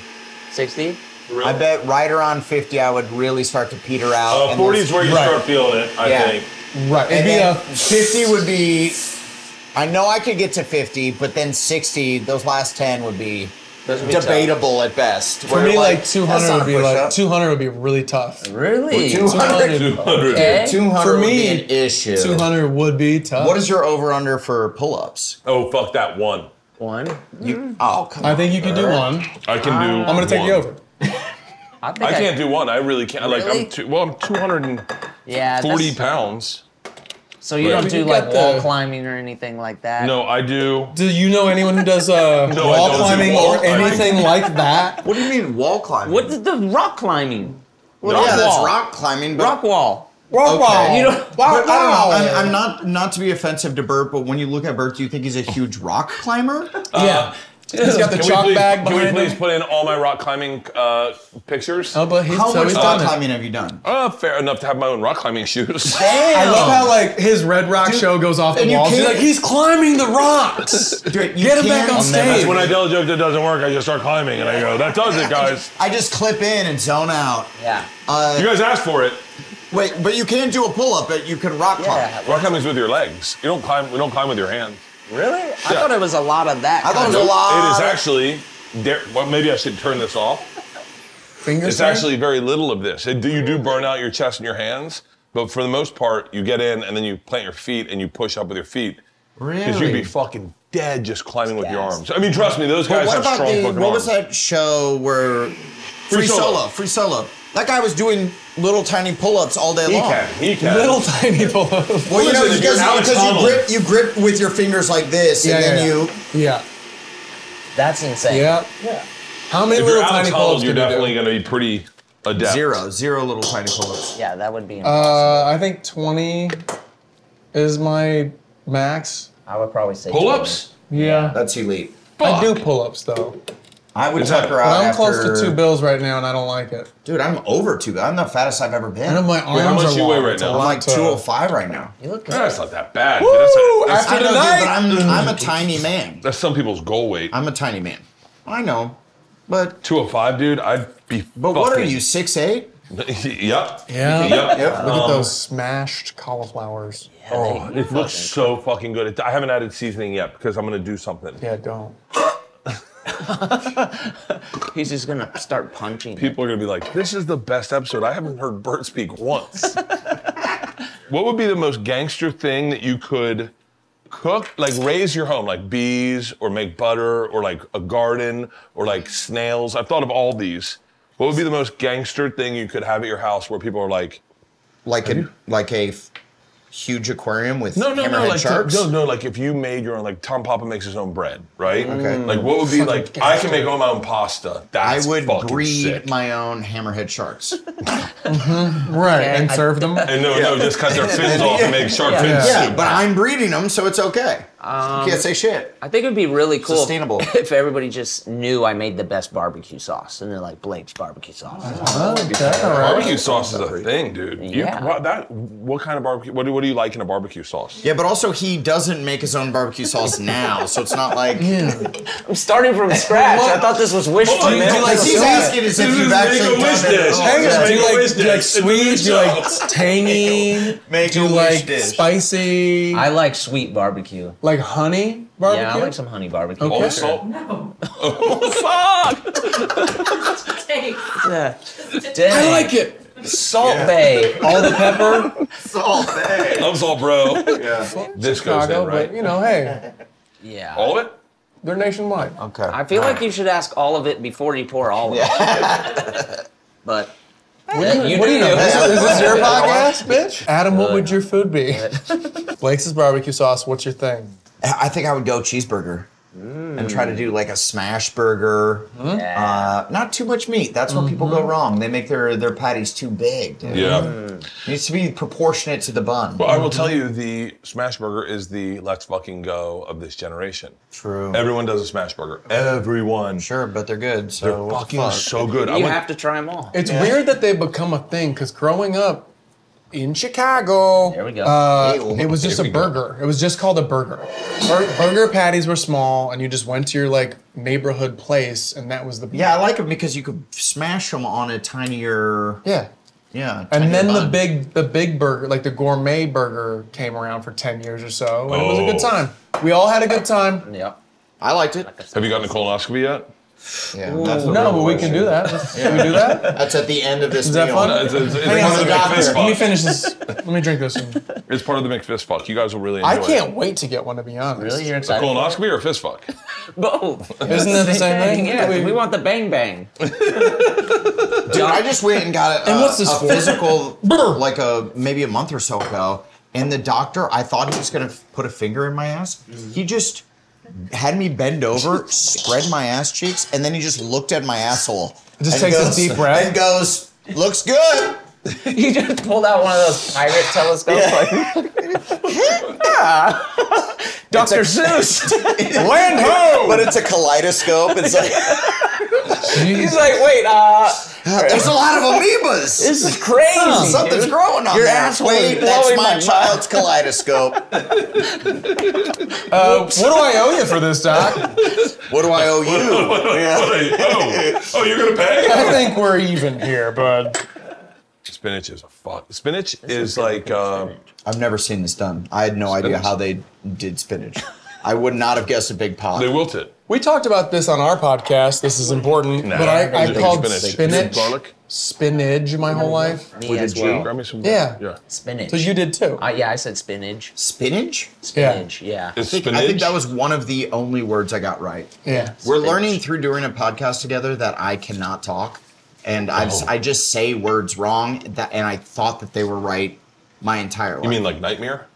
60?
I bet right around 50, I would really start to peter out.
Uh,
and
40 is where you
Right.
start feeling it, I
Yeah.
think.
Right. It'd
And
be
then
a
50 would be I know I could get to 50, but then 60, those last 10 would be
Those would be
debatable at best.
For me, like
that's
200
not
would
a
be like
push-up.
200 would be really
*laughs*
tough.
Really?
200.
200.
Okay.
200
For
would be
me,
an issue.
200 would be tough.
What is your over under for pull ups?
Oh, fuck that one.
One.
Oh, come on.
I think you can do one.
I can do.
Ah.
I'm gonna take
one.
you over.
I, think
I can't do one. I really can't. Like
Really?
I'm two, well, I'm 240
Yeah. that's-
pounds.
So you
Right.
don't do
You
like
got the-
wall climbing or anything like that.
No, I do.
Do you know anyone who does uh,
*laughs* No, I
wall
don't do
climbing
wall
or
climbing.
anything like that?
*laughs*
What do you mean wall climbing?
What is the rock climbing?
No.
yeah,
wall.
that's rock climbing, but
Rock wall.
Wow, wow,
You
don't-
wow,
But I don't know.
wow.
I'm, I'm not not to be offensive to Bert, but when you look at Bert, do you think he's a huge rock climber?
yeah. He's got the
Uh, Can we
chalk
please-
bag
Can we
behind
please
him.
put in all my rock climbing uh, pictures?
Oh, but he's,
How
so
much
he's
rock
done it.
climbing have you done?
Uh, fair enough to have my own rock climbing
*laughs*
shoes.
I love how like his Red Rock show goes off the
and you
walls. He's
can't-
like, he's climbing
*laughs*
the rocks.
Dude, you
Get him back
can't-
on
I'll never-
stage.
That's when I tell a joke that doesn't work. I just start climbing and I go, that does it,
*laughs*
guys.
I just clip in and zone out.
Yeah.
Uh,
You guys asked for it.
Wait, but you can't do a pull up, but you can rock climb.
Yeah.
Rock climbing's with your legs. You don't climb. We don't climb with your hands.
Really? I thought it was a lot of that.
I thought
kind
it was a
of-
lot.
It is actually. There, well, maybe I should turn this off.
Fingers
It's
down.
actually very little of this. It, you do burn out your chest and your hands, but for the most part, you get in and then you plant your feet and you push up with your feet. Because you'd be fucking dead just climbing with your
Yes.
arms. I mean, trust me, those guys
But what
have
about
strong
the
fucking
what
arms.
was that show where free,
Free
solo.
Solo.
free solo? That guy was doing little tiny pull ups all day
He
long.
can. He can.
little tiny pull-ups.
Well, you know,
Listen,
because,
you're Alex
because you
Honnold.
grip you grip with your fingers like this,
*laughs* Yeah,
and
yeah,
then
yeah.
you
Yeah,
That's insane.
yeah, yeah. How many
if you're
little
Alex
tiny
Honnold,
pull-ups
you're
can
definitely
you do?
going to be pretty adept.
zero zero little tiny pull ups.
Yeah, that would be.
Uh, I think 20 is my max.
I would probably say
Pull ups?
Yeah.
That's elite.
I do pull-ups though.
I would
Is that-
tuck her
But
out.
I'm
after,
close to two bills right now, and I don't like it.
Dude, I'm over two. I'm the fattest I've ever been.
I know my
Wait,
arms
how much
are
you
long.
weigh right
It's a
now?
I'm
lot
like
to-
205 right now.
You look good.
That's not that bad. dude. That's, not- that's,
After
I know, dude, but
tonight,
I'm I'm a tiny man.
that's some people's goal weight.
I'm a tiny man. I know, but
205, dude, I'd be
but what are
fucking- *laughs*
you six eight?
yep.
Yeah.
Yep.
Yep.
look at those smashed cauliflowers.
Oh, it looks so fucking good. It, I haven't added seasoning yet because I'm gonna do something.
Yeah, don't.
He's just gonna start punching.
People are gonna be like, "This is the best episode. I haven't heard Bert speak *laughs* once." what would be the most gangster thing that you could cook, like raise your home, like bees, or make butter, or like a garden, or like snails? I've thought of all these. What would be the most gangster thing you could have at your house where people are like,
Like a like a f- huge aquarium with
No, no,
hammerhead
no, like
sharks.
no, no, like if you made your own, like Tom Papa makes his own bread, right?
Okay.
Like what would be like? I can make all my own pasta.
I
That's
would
fucking
breed
sick.
my own hammerhead sharks.
Right, and
I-
serve *laughs* them.
And no, no, just cut their *laughs* fins off and make shark
Yeah.
fin
*laughs* Yeah.
soup.
yeah, but I'm breeding them, so it's okay.
Um,
you can't say shit.
I think it would be really cool if- *laughs*
Sustainable.
if everybody just knew I made the best barbecue sauce, and they're like Blake's barbecue sauce.
Uh-huh.
Oh, that's all right.
Barbecue sauce is a thing, dude. You,
Yeah.
what, that, what kind of barbecue? What do, what do you like in a barbecue sauce?
Yeah, but also he doesn't make his own barbecue sauce now, so it's not like.
Yeah.
I'm starting from scratch. I thought this was wishful.
Hold on, man.
man.
Do you like
Like he's
Sweet.
asking is if
This
you've
is
actually
Make-A-Wish
done it.
dish.
Oh,
Hang
Hang
on,
on, do you
Make-A-Wish
like, do you
dish.
like
It's a
sweet? Do you
new
like
*laughs*
tangy?
Make
Do you
a wish
like
dish.
spicy?
I like sweet barbecue.
like honey barbecue?
Yeah, I like some honey barbecue.
Okay.
Always salt.
Yeah.
I
Dang.
like it.
Salt Bay.
*laughs*
All the pepper,
Love salt,
*laughs*
bro. *laughs* This goes
Chicago,
in, right?
but you know, hey,
Yeah.
All of it?
they're nationwide.
Okay.
I feel like you should ask all of it before you pour all of it. *laughs* but uh, you
what do you know? Is, this- is
*laughs*
this your podcast, bitch? Adam, what
Good.
would your food be? Blake's is barbecue sauce. What's your thing?
I think I would go cheeseburger and try to do like a smash burger.
Hmm?
Yeah.
Uh, not too much meat. That's where people go wrong. They make their, their patties too big. dude.
Yeah.
It needs to be proportionate to the bun.
Well, I will tell you, the smash burger is the let's fucking go of this generation.
True.
Everyone does a smash burger. Everyone.
sure, but they're good. So
They're
what the
fucking
fuck?
so good. I
you
went-
have to try them all.
It's weird that they've become a thing because growing up in Chicago,
There we go.
uh,
Ew.
it was just a burger. It was just called a burger. Bur- burger patties were small, and you just went to your like neighborhood place, and that was the
Yeah, I like them because you could smash them on a tinier.
yeah.
Yeah.
And
tiny
then the
bun.
big the big burger, like the gourmet burger, came around for ten years or so, and it was a good
Oh.
time. We all had a good time.
Yeah.
I liked it.
Have you gotten a colonoscopy yet?
Yeah. That's, the
No,
real
but we
question.
can
*laughs*
do that. Can we do that?
That's at the end of this
Is that
meal.
fun?
No, it's, it's- it's
Hang
part
on,
of the
doctor.
McFist
Let me
fuck.
finish this. Let me drink
*laughs*
this. One.
It's part of the McFist fuck. You guys will really enjoy
I can't
it.
wait to get one. To be honest,
Really? You're
A
excited? for it?
colonoscopy or a fist
*laughs*
fuck?
Both. *laughs*
Isn't that the same thing?
Yeah,
We-
we want the bang bang.
Dude, I just went and got a,
And
a,
what's this
a
for?
physical,
*laughs* Brr.
like a maybe a month or so ago, and the doctor, I thought he was gonna f- put a finger in my ass. He just had me bend over, spread my ass cheeks, and then he just looked at my asshole.
Just
and
takes a
goes-
deep breath.
and goes, "Looks good."
You just pulled out one of those pirate telescopes.
*laughs*
Like, Dr. Seuss.
Land ho! But it's a kaleidoscope. It's
*laughs*
like *laughs*
He's like, wait, uh,
there's a lot of amoebas.
this is crazy.
Something's
dude.
growing on
Your
there.
asshole is
Wait, that's
blowing
my,
my
child's kaleidoscope.
Uh, what do I owe you for this, Doc?
What do I
*laughs*
owe you?
oh, oh, you're gonna pay?
I think we're even here, bud.
Spinach is a fuck. Spinach is like um,
I've never seen this done. I had no idea
Spinach.
how they did spinach. I would not have guessed a big pot.
they wilt it.
We talked about this on our podcast. This is important,
Nah,
but
I
I, I
think
called
spinach.
spinach
Garlic?
spinach my whole life.
Me
Wait,
as
did you
well.
grab me some?
Yeah.
yeah.
Spinach.
So you did too.
Uh, yeah, I said spinach.
Spinach?
Spinach, yeah.
It's
I think-
spinach.
I think that was one of the only words I got right.
yeah.
We're
Spinach.
learning through doing a podcast together that I cannot talk, and I just,
Oh.
I just say words wrong, that, and I thought that they were right my entire life.
You mean like nightmare?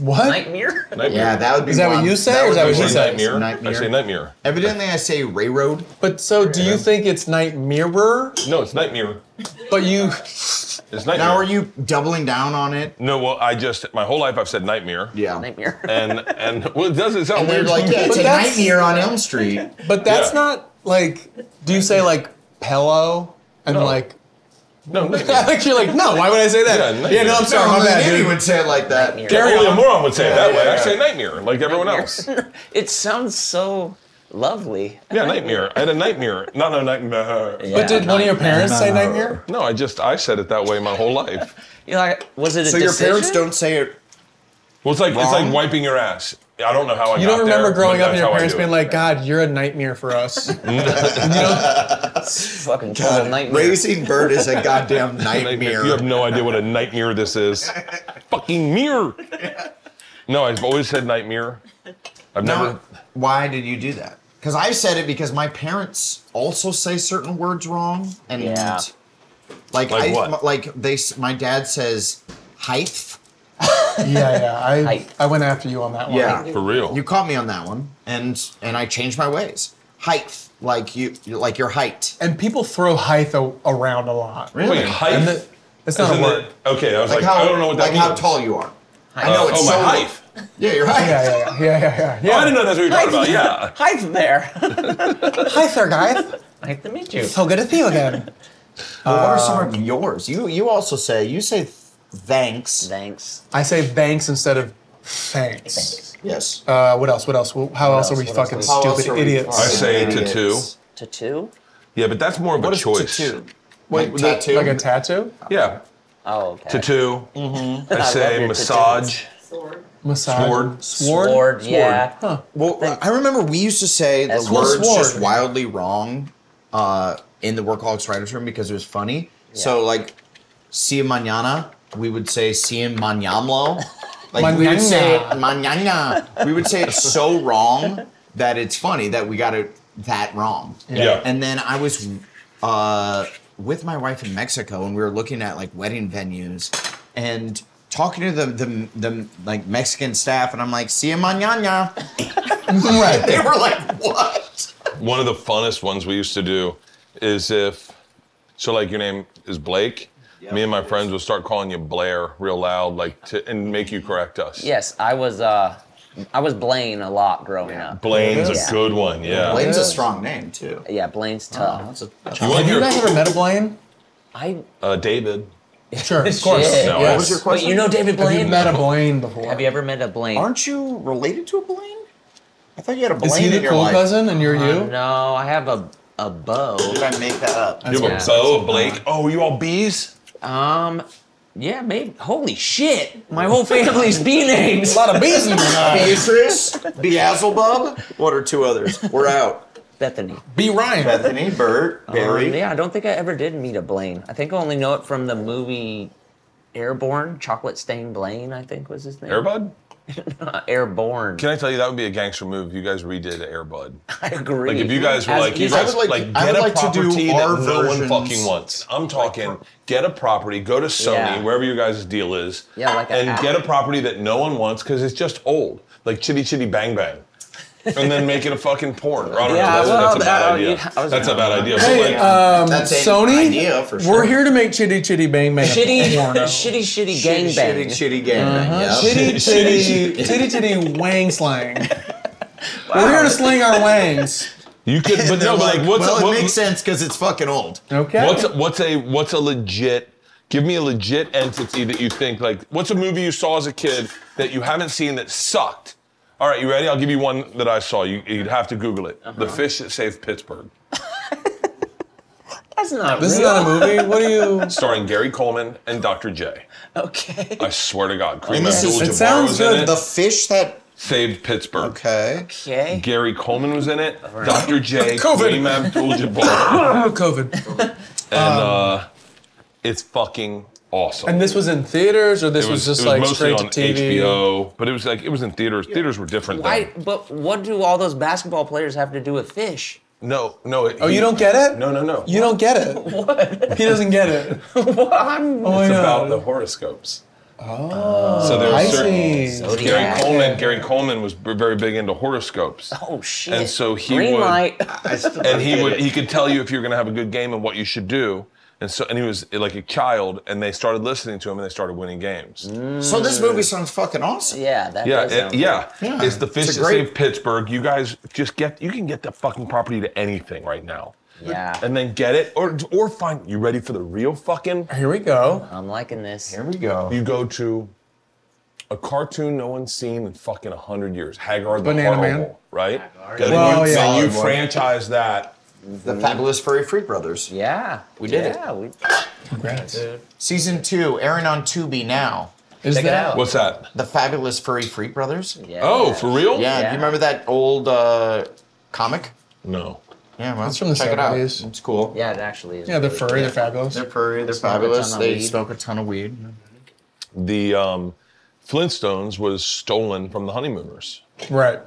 What?
Nightmare?
Nightmare.
yeah, that would be.
Is that what
one.
you say, or is
would
that
be
what she
I
one.
say
said?
nightmare. I say nightmare.
Evidently, I say railroad.
But so do you think it's night mirror?
No, it's nightmare.
But you
It's nightmare.
Now, are you doubling down on it?
No, well, I just my whole life I've said nightmare.
Yeah.
*laughs* Nightmare.
And and well, it doesn't sound
And they're
weird. to
like,
me.
yeah, it's
But
a
that's-
nightmare on Elm Street.
but that's
Yeah.
not like do you say like pillow and
No.
like *laughs*
*laughs*
No, nightmare.
like you're like, no, why would I say that?
Yeah,
Yeah,
nightmare.
no, I'm sorry, my
Only an
bad.
idiot
Dude.
would say it like that.
Nightmare.
Gary-
Only a moron would say it that way.
yeah,
I
yeah.
say nightmare, like everyone
Nightmare.
else.
it sounds so lovely.
Yeah, nightmare. I had a nightmare. Not a nightmare.
Yeah,
But did one of your
nightmare.
parents say nightmare?
No, I just I said it that way my whole life.
You're like, was it a
So your
decision?
parents don't say it.
Well, it's like it's
Wrong.
like wiping your ass. I don't know how I.
You
got
don't remember
there,
growing
but
up
that's
and your
how I
parents
do
being
it.
like, God, you're a nightmare for us.
fucking total nightmare. *laughs*
Raising Bird is
*laughs*
a goddamn nightmare.
You have no idea what a nightmare this
*laughs*
is. Fucking mirror. No, I've always said nightmare. I've never.
Now, why did you do that? Because I said it because my parents also say certain words wrong, and
Yeah.
like
Like
I,
what?
m- like they, s- my dad says height.
yeah, yeah. I,
Height.
I went after you on that one.
For real.
you caught me on that one, and and I changed my ways. Height, like you, like your height.
And people throw height a- around a lot.
Really?
Wait, height.
And the- it's not
Isn't
a word.
it- okay, I was like, I don't know what that
like
means.
how tall you are.
Height.
I know it's
oh, my
so
height.
Yeah, your height.
Yeah, yeah, yeah, yeah, yeah, yeah.
Oh, I didn't know that's what you were talking about. Yeah.
Hi there. *laughs*
Hi, sir, guys.
nice to meet you.
So good to see you again.
Well, what are some of Um, yours? You you also say you say th- thanks.
Thanks.
I say thanks instead of thanks.
Yes.
Uh, what else? What else? Well, How else,
else?
are we
What
fucking
else?
How else
stupid
are we
idiots?
I
fucking
say
idiots?
tattoo.
Tattoo?
Yeah, but that's more of a
What is
choice.
tattoo? Wait,
Like- Like a tattoo?
Yeah.
Oh, okay. *laughs*
Tattoo. I
love
say
your
massage.
Massage.
Sword.
Sword.
Sword, yeah.
Well, I remember we used to say the
That's
words
sword.
just wildly wrong uh, in the Workaholics Writers Room because it was funny. So, like, see you mañana, we would say see you
*laughs*
mañamlo. Like, we would say mañana. We would say it so wrong that it's funny that we got it that wrong.
Yeah.
And then I was uh, with my wife in Mexico, and we were looking at like wedding venues, and talking to the the, the like Mexican staff, and I'm like, "See you mañana." *laughs* right. They were like, "What?"
One of the funnest ones we used to do is if, so like your name is Blake. Me and my friends would start calling you Blair real loud, like, to, and make you correct us.
Yes, I was uh I was Blaine a lot growing up.
Blaine's
Yeah.
a good one. Yeah.
Blaine's a
Yeah.
strong name too.
yeah, Blaine's tough.
That's a-
You want
Have you
your
guys ever met a Blaine?
I
uh, David?
Sure, of course.
Shit.
No,
yes.
What was your
Wait, you know David
Have
Blaine?
you met a Blaine before?
Have you ever met a Blaine?
Aren't you related to a Blaine? I thought you had a Blaine
Is he
in
the
your
cool
life.
cousin and you're
Uh,
you?
no, I have a a bow.
Did I make that up?
*laughs*
You have
Yeah.
a bow of Blake. Oh, you all bees?
Um, yeah, maybe. Holy shit! My whole
*laughs*
family's B names.
A lot of bees in there. *laughs*
Beatrice, Beazelbub,
What are two others? We're out.
Bethany.
B Ryan.
Bethany, Bert,
Um,
Barry.
yeah, I don't think I ever did meet a Blaine. I think I only know it from the movie Airborne. Chocolate Stained Blaine, I think was his name.
Airbud?
Uh, Airborne.
Can I tell you that would be a gangster move if you guys redid Airbud?
I agree.
Like if you guys were
As
like, you
is-
guys
would
like,
like- I
get
would
a
like to do
property
our
that no one
versions.
fucking wants. I'm talking, get a property, go to Sony,
Yeah.
wherever your guys' deal is,
Yeah, like a
and
app.
get a property that no one wants because it's just old, like Chitty Chitty Bang Bang, and then make it a fucking porn. Or I don't
Yeah,
know, that's,
well,
that's a bad
that-
idea.
yeah, I was
that's a
gonna-
bad idea. but
Hey,
like,
uh,
um,
That's an
*laughs* Sony.
idea for sure.
We're here to make chitty chitty bang bang.
shitty,
*laughs*
*laughs*
Porno.
shitty, shitty,
Shitty,
gang bang.
shitty, Uh-huh. shitty gangbang. yeah.
Titty titty titty titty
*laughs*
wang slang. We're here to sling our wangs.
you could, but no,
They're
but like, what's
well,
a, what-
it makes sense because it's fucking old.
Okay.
What's a, what's a what's a legit? Give me a legit entity that you think like. What's a movie you saw as a kid that you haven't seen that sucked? All right, you ready? I'll give you one that I saw. You, you'd have to Google it. The fish that saved Pittsburgh,
That's not
this is
real.
not a movie. What are you?
starring Gary Coleman and Dr. J.
*laughs* okay.
I swear to God, Kareem
And this is-
Abdul-Jabbar
it sounds
was
good.
in it.
The fish that.
saved Pittsburgh.
Okay.
Okay.
Gary Coleman was in it. Dr. J.
*laughs* COVID.
Kareem Abdul-Jabbar,
Oh, *laughs* COVID.
and uh, it's fucking awesome.
And this was in theaters, or this
it
was,
was,
just
it was
like
mostly
straight
on
to TV.
HBO, but it was like it was in theaters. Theaters were different. then.
Why? But what do all those basketball players have to do with fish?
No, no. It,
Oh, you don't get it?
No, no, no.
You don't get it. What? He doesn't get it. Oh,
it's
yeah.
about the horoscopes. Oh, so there were
I
certain,
see.
Gary
Zodiac.
Coleman. Gary Coleman was b- very big into horoscopes,
Oh shit.
and so he
Green
would,
light.
I still
and he would, he could tell you if you're going to have a good game and what you should do. And so, and he was like a child, and they started listening to him, and they started winning games.
So this movie sounds fucking awesome.
Yeah. That
Yeah,
Does
it-
sound
yeah,
Yeah,
It's the
it's
fish
a
that
great-
saved Pittsburgh. You guys just get, you can get the fucking property to anything right now.
good. Yeah.
And then get it, or or find. You ready for the real fucking?
Here we go.
I'm liking this.
Here we go.
You go to a cartoon no one's seen in fucking 100 years, Haggard the
Banana
Horrible,
Man.
right? Then
Well,
you,
yeah.
then you
Solid one.
franchise that.
The Fabulous Furry Free Brothers.
Yeah. We
did it.
Yeah. We,
Congrats.
Season two, airing on Tubi now.
Is
Check it
that
out.
What's that?
The Fabulous Furry Free Brothers.
yeah.
Oh, for real?
Yeah.
Yeah, do you remember that old uh, comic?
No.
Yeah, well,
from the
check it out.
70s.
It's cool.
Yeah. It actually is.
Yeah, they're
really
furry. They're
good.
fabulous.
They're furry, they're
a
fabulous.
ton of
They
weed.
smoke a ton of weed.
The um, Flintstones was stolen from the Honeymooners.
Right.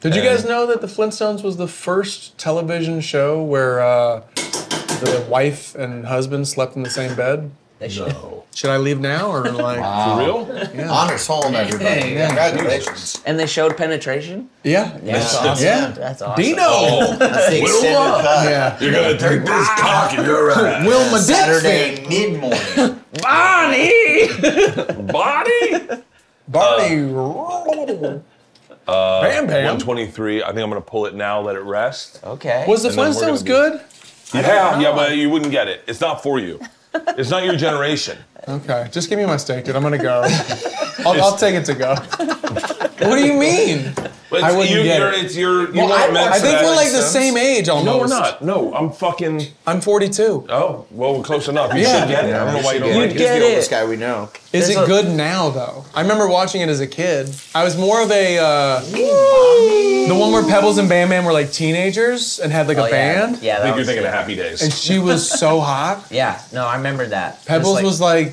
Did you
And-
guys know that the Flintstones was the first television show where uh, the wife and husband slept in the same bed?
They should-
No.
Should I leave
*laughs*
now or like?
For real?
Honors home, everybody.
yeah.
Congratulations.
And they showed penetration.
Yeah.
That's
awesome.
Yeah.
That's awesome.
Dino.
Oh,
That's the extended cut.
Yeah.
You're gonna take this cock and you're out.
Will my dick
Saturday
fit?
mid *laughs* morning.
Bonnie.
Body?
Barney.
Uh,
Bam Bam.
123. I think I'm gonna pull it now, let it rest.
okay.
Was the
And then we're gonna
Flintstones
be-
good?
Yeah, yeah, but you wouldn't get it. It's not for you. It's not your generation.
Okay, just give me my steak, dude. I'm gonna
*laughs*
go. I'll, I'll take it to go. what do you mean?
But
I
it's-
wouldn't
you,
get
you're,
it.
It's, you're, you
Well,
weren't
I,
meant
I
for
think
that.
we're like the same age almost.
No, we're not. No, I'm fucking.
I'm 42.
Oh, well, we're close enough. You
Yeah.
should get it. I don't know why you don't
You
like it.
get-
He's
it.
the oldest guy we know.
Is
There's
it
a-
good now though? I remember watching it as a kid. I was more of a uh, the one where Pebbles and Bam Bam were like teenagers and had like
Oh, yeah.
a band,
I
Yeah. That
think you're
was,
thinking of Happy Days.
and she was
*laughs*
so hot.
yeah. No, I remember that. Just
Pebbles
like-
was like,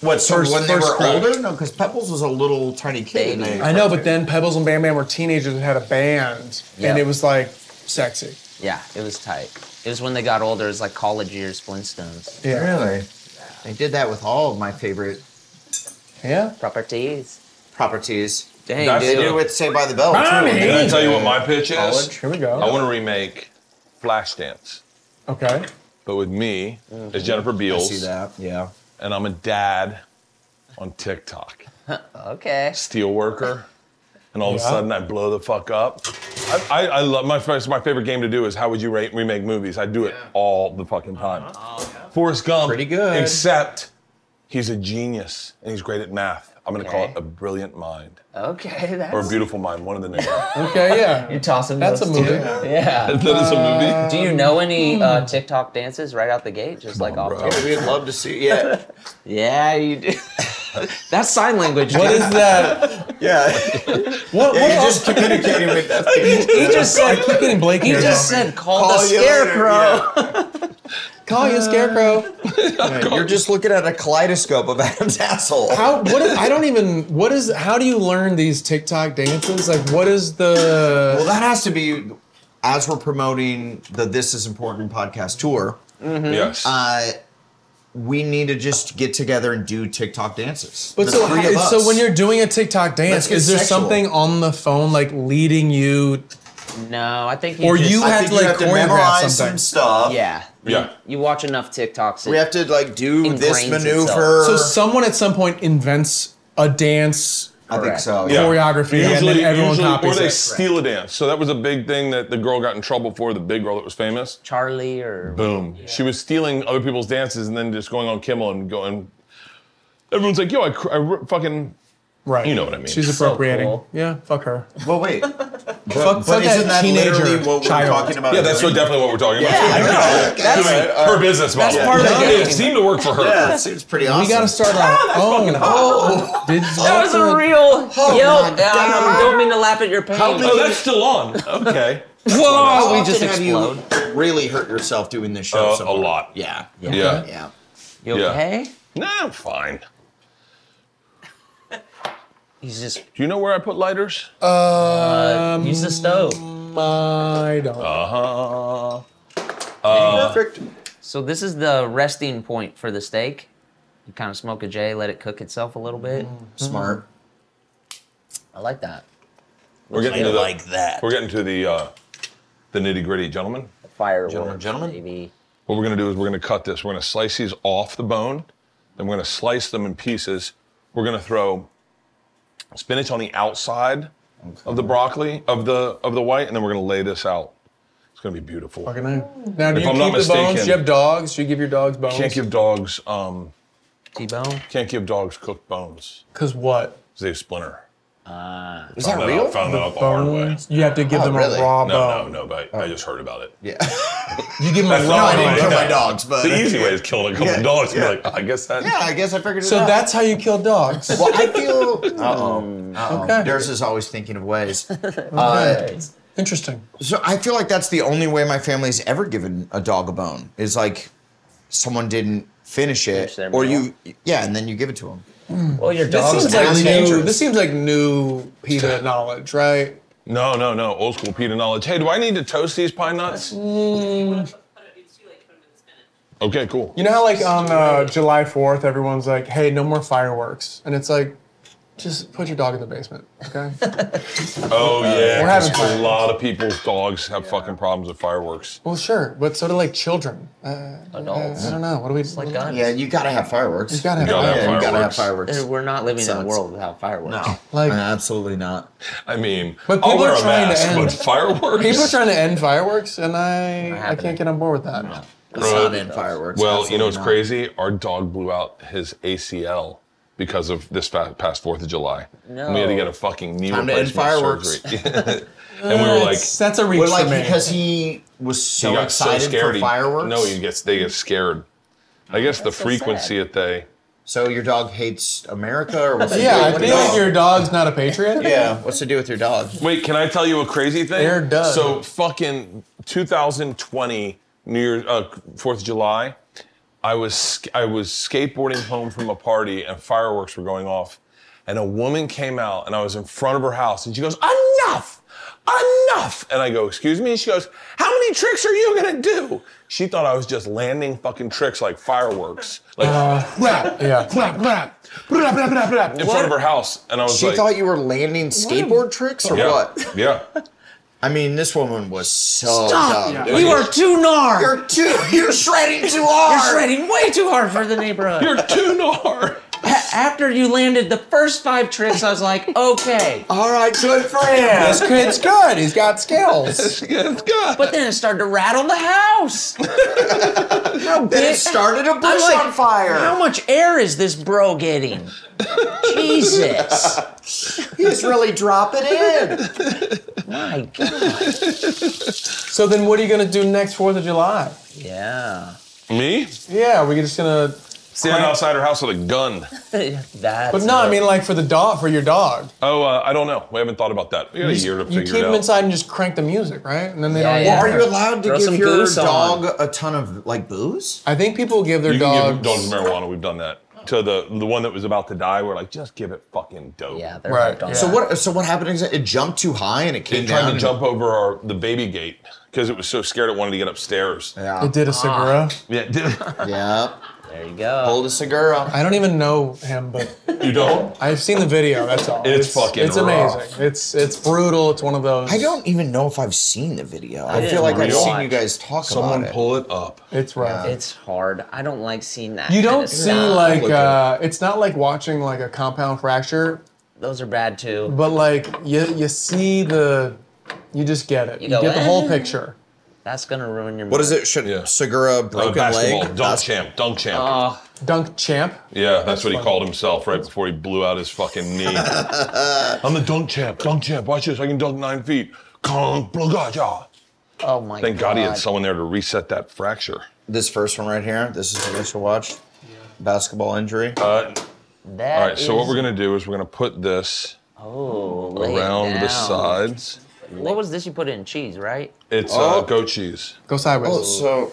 What, so
First-
when they
first
were
crush.
older? No, because Pebbles was a little tiny kid. and they-
I know, but then Pebbles and Bam Bam were teenagers and had a band,
Yeah.
and it was like sexy.
Yeah. It was tight. It was when they got older. It was like college years Flintstones.
Yeah,
Really? They did that with all of my favorite
yeah.
Properties.
properties.
Dang,
That's
They
dude.
it.
do it Say by the Bell.
Mommy!
Too.
Can I tell you what my pitch is?
Here we
I
go.
want to remake Flashdance,
Okay.
but with me as Jennifer
Mm-hmm. I see
Beals,
that. Yeah.
and I'm a dad on TikTok,
Okay.
steel worker, and all of a
Yeah.
sudden I blow the fuck up. I, I, I love my first, my favorite game to do is how would you rate remake movies? I do it all the fucking time. Forrest Gump,
Pretty good.
except he's a genius and he's great at math. I I'm going to call
Okay.
it a brilliant mind
Okay, that's
or a beautiful mind, one of the
*laughs*
names. *laughs* that
Okay, yeah.
*laughs* You toss them.
That's
those
a movie. Hmm.
two.
*laughs*
Yeah.
is a
Uh-huh.
movie.
Do you know any uh, TikTok dances right out the gate, just like off?
bro.
top?
We'd love to see. Yeah,
Yeah, you do. *laughs* that's sign language.
What
dude.
is that?
yeah.
What?
You're
what else-
just communicating with that.
He just
I
said.
keep getting Blake
He
here.
just said, "Call, the
you later,
scarecrow."
Call you scarecrow.
You're just looking at a kaleidoscope of Adam's asshole.
How? What? Is, I don't even. What is? How do you learn these TikTok dances? Like, what is the?
Well, that has to be as we're promoting the This Is Important podcast tour.
Mm-hmm. Yes.
Uh, we need to just get together and do TikTok dances.
But
The
so,
three of us.
so when you're doing a TikTok dance,
get
is there
sexual.
something on the phone like leading you?
No, I think.
Or
just-
you
I
have
think
to,
you
like,
have to
choreograph
memorize some
something.
stuff.
Yeah.
yeah.
You watch enough TikToks.
we have to like do
Ingrains
this
itself.
maneuver.
So someone at some point invents a dance
I think
Correct.
so.
Yeah.
choreography, and then
Usually,
everyone
usually or
copies
they
it.
steal a dance. So that was a big thing that the girl got in trouble for, the big girl that was famous.
Charlie or
Boom. She was stealing other people's dances and then just going on Kimmel and going. Everyone's like, yo, I, cr- I r- fucking.
right.
You know what I mean.
She's appropriating.
cool.
Yeah, fuck her.
Well, wait.
fuck
But
fuck
isn't
that
that literally
teenager
what we're
child.
talking about?
Yeah, that's what,
doing?
definitely what we're talking about.
Yeah, I know.
I mean,
That's-
her business model.
that's part of the
It
game.
seemed to work for her.
Yeah, that seems pretty awesome.
we gotta start our own.
*laughs*
Oh, did
That was a real
my
yelp.
God.
I don't mean to laugh at your pain.
Oh, that's still on. Okay.
Whoa,
How
we just
often have
explode.
You really hurt yourself doing this show.
*laughs* Uh,
so
a
far?
lot.
Yeah.
Yeah.
Yeah.
Yeah.
You
Yeah.
okay?
No, I'm fine.
He's just
Do you know where I put lighters?
uh, use the stove.
I don't.
Uh, Uh-huh.
Perfect.
So this is the resting point for the steak. You kind of smoke a J, let it cook itself a little bit.
Smart.
I like that.
We're getting to the,
that.
We're getting to the uh, the nitty gritty, gentlemen.
The fireworks,
Gentlemen, gentlemen.
baby.
What we're gonna do is we're gonna cut this. We're gonna slice these off the bone. Then we're gonna slice them in pieces. We're gonna throw spinach on the outside of the broccoli of the of the white, and then we're gonna lay this out. It's gonna be beautiful.
Fucking A. Now, do
If
you
I'm
keep
not
the bones?
mistaken-
Do you have dogs? Do you give your dogs bones?
Can't give dogs um,
T-bone.
can't give dogs cooked bones.
Cause what?
'cause They splinter.
Is that
Found
real?
Out, found that out the hard way.
Bones? You have to give
Oh,
them
really?
a raw
No, no,
bone.
no, but I just heard about it.
Yeah. *laughs*
You give them a
That's
raw
not
I
right.
didn't
bone.
kill my dogs, but
The easy way is killing a couple
Yeah,
dogs and
yeah.
be like, "Oh, I guess that.
Yeah, I guess I figured it
So
out.
that's how you kill dogs.
Well, I feel. Uh oh.
Okay.
Durs is always thinking of ways.
Okay. Interesting.
So I feel like that's the only way my family's ever given a dog a bone is like someone didn't finish it,
Finish their
or
meal.
you, yeah, and then you give it to them.
Well, Oh, your
This
dog's
seems
are
like
really
new.
dangerous.
This seems like new PETA knowledge, right?
No, no, no. Old school Peter knowledge. Hey, do I need to toast these pine nuts? Okay, cool.
You know how like on uh, July Fourth, everyone's like, "Hey, no more fireworks," and it's like, just put your dog in the basement, okay?
Oh yeah,
We're having
'cause
fun.
a lot of people's dogs have fucking problems with fireworks.
well, sure, but so do like children. Uh,
Adults.
I don't know. What do we? It's
like guns.
Yeah, you gotta have fireworks. You
gotta have
gotta have
yeah, you gotta have
fireworks.
fireworks.
Dude, We're not living in
Sucks.
a world without fireworks.
No,
Like-
absolutely not.
I mean,
But
I'll
people
wear
are
a
trying to
mask,
end-
but fireworks.
People are trying to end fireworks, and I I
happening.
can't get on board with that.
It's
Bro,
not in fireworks.
well, you know
it's
it's crazy. Our dog blew out his ACL because of this fa- past Fourth of July. And we had to
No.
get a fucking knee
Time to end
replacement
fireworks.
*laughs*
surgery. *laughs* and we were like,
That's- that's a reach
Well,
for
like
me.
because he was
he
so
got so
excited
scared.
for
he-
fireworks.
No, he gets they get scared. I guess the
so
frequency
sad.
that they.
so your dog hates America, or what's
yeah,
It
I
do?
feel
No.
like your dog's not a patriot.
Yeah, what's to do with your dog?
Wait, can I tell you a crazy thing?
They're done.
So fucking 2020 New Year's uh, Fourth of July, I was sk- I was skateboarding home from a party and fireworks were going off, and a woman came out and I was in front of her house and she goes enough, enough, and I go excuse me. And she goes how many tricks are you gonna do? She thought I was just landing fucking tricks like fireworks, like
Uh,
Crap. Uh, yeah.
in front of her house, and I was
She
like,
thought you were landing skateboard tricks or
yeah,
what?
yeah. *laughs*
I mean, this woman was so dumb. dude.
You are too gnarly.
You're too. You're shredding too hard.
You're shredding way too hard for the neighborhood.
You're too gnar.
after you landed the first five tricks, I was like, okay.
Uh,
All right, good for him. This kid's good. He's got skills.
It's *laughs* good.
But then it started to rattle the house. How
Then
big-
it started a
I'm
bush
like,
on fire.
How much air is this bro getting? Jesus.
He's really dropping in.
My God.
*laughs* So then, what are you gonna do next Fourth of July?
Yeah. *laughs*
Me?
Yeah, we're just gonna.
Stand
Crank-
outside her house with a gun.
That's
But no, I mean like for the dog, for your dog.
Oh, uh, I don't know. We haven't thought about that. We got a
You,
year to
you
figure
keep
it
them
out.
inside and just crank the music, right? And then they
Yeah,
don't.
yeah.
bark.
Are you allowed to
Throw some
give your
goose on.
dog a ton of like booze?
I think people give their
You can
dogs.
give dogs marijuana. We've done that. To the the one that was about to die, we're like, just give it fucking dope.
Yeah, they're
Right,
right. done.
yeah.
So what? So what happened? is It jumped too high and it came
It tried
down.
to jump over our the baby gate because it was so scared it wanted to get upstairs.
Yeah.
It did a Segura.
Yeah, did-
Yeah.
There you go.
Hold a cigar.
I don't even know him, but
you don't?
I've seen the video. That's all.
It's fucking
It's
rough.
amazing. It's it's brutal. It's one of those.
I don't even know if I've seen the video. I,
didn't
feel like I've
watch.
seen you guys talk
Someone
about it.
pull it up.
It's rough.
It's hard. I don't like seeing that.
you
kinda
don't see
stuff.
like
look at
uh, it's not like watching like a compound fracture,
those are bad too.
but like you you see the you just get it. You,
go,
get the whole
"Eh."
picture.
That's gonna ruin your.
What is it? Should
Yeah.
Segura
Uh,
broken
basketball,
leg?
dunk
That's-
champ, dunk champ.
Dunk champ.
yeah, that's what he called himself right before he blew out his fucking knee. I'm the dunk champ, dunk champ. Watch this, I can dunk nine feet. Kong, blagaja.
Oh my
Thank God he had
God.
someone there to reset that fracture.
This first one right here. This is what I should watch. Basketball injury.
Uh,
That
all right, so what
is-
we're gonna do is we're gonna put this
oh, lay it
around the
down.
sides.
What was this you put in cheese, right?
It's uh,
Oh.
goat cheese.
Go sideways.
oh, so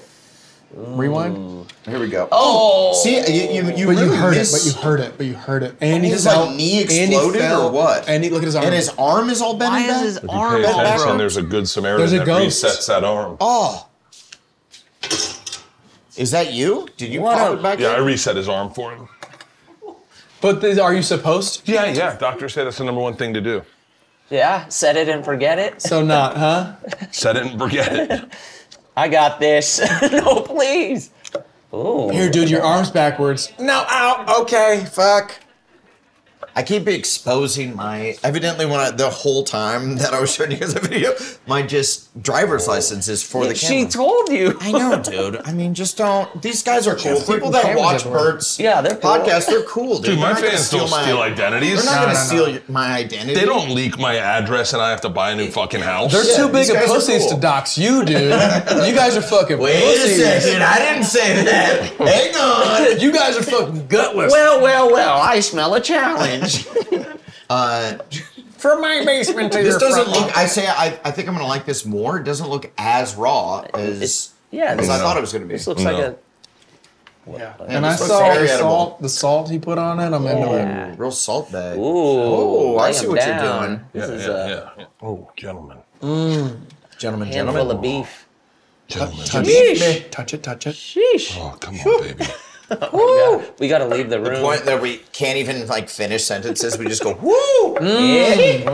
Rewind.
here we go.
Oh,
See, you you, you
But you
really
heard it.
miss-
But you heard it. But you heard it. And he
His
fell-
like knee
and he
exploded
fell,
or what?
And he look at his arm.
And his arm is all
why
bending
is
back.
his
If you
arm
pay
all
attention,
broken?
there's a good Samaritan
There's
that
a ghost.
resets that arm.
Oh. Is that you? Did you
What
pop
a-
it Oh, back
Yeah, I
in?
reset his arm for him.
but th- are you supposed?
Yeah, yeah. Doctors say that's the number one thing to do.
Yeah, set it and forget it.
So not, huh?
Set it and forget it.
I got this. *laughs* no, please. Ooh.
Here, dude, your arm's backwards.
Oh,
No, ow. Okay, fuck.
I keep exposing my. Evidently, when I, the whole time that I was showing you guys the video, my just driver's license is for the
she
camera.
told you.
I know, dude. I mean, just don't. These guys are cool. People that
cameras
watch
everywhere.
Burt's
Yeah, they're cool.
podcast, they're cool, dude.
Dude, my
They're not gonna
fans don't
my-
steal identities.
They're not going to
no, no.
steal your- my identity.
They don't leak my address and I have to buy a new fucking house.
They're too big
these
of
guys are
pussies
cool.
to dox you,
*laughs*
dude. you guys are fucking
Wait a
pussies.
second. I didn't say that. Hang on.
You guys are fucking gutless.
Well, well, well. I smell a challenge.
*laughs*
From my basement to
Uh, This
your
doesn't
front
look. I say I, I think I'm gonna like this more. It doesn't look as raw as
It's- yeah,
as
this,
I thought it was gonna be.
this looks like
No.
a.
And I
This looks
saw the
very edible.
salt, the salt he put on it. I'm into
Ooh,
it.
real salt bag.
Ooh,
Oh, I
lay
see
'em
what you're
down.
doing.
This
yeah,
is
yeah,
a
yeah, yeah. Oh, gentlemen.
gentlemen,
handful
gentlemen.
of beef.
Gentlemen.
Touch
Yeesh.
it, touch it, touch it.
Sheesh.
Oh, come on, baby.
Yeah, we gotta leave the room.
Oh, Point that we can't even like finish sentences. We just go
*laughs*
woo.
Mm.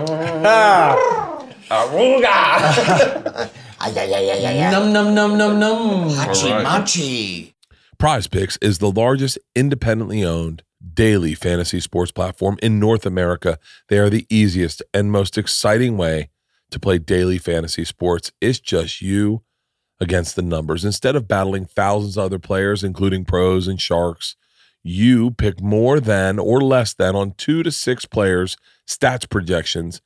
Aruga.
Ah, yeah, yeah, yeah, yeah, yeah.
Num num num num num.
Machi,
All right.
machi.
Prize Picks is the largest independently owned daily fantasy sports platform in North America. They are the easiest and most exciting way to play daily fantasy sports. It's just you against the numbers. Instead of battling thousands of other players, including pros and sharks, you pick more than or less than on two to six players' stats projections,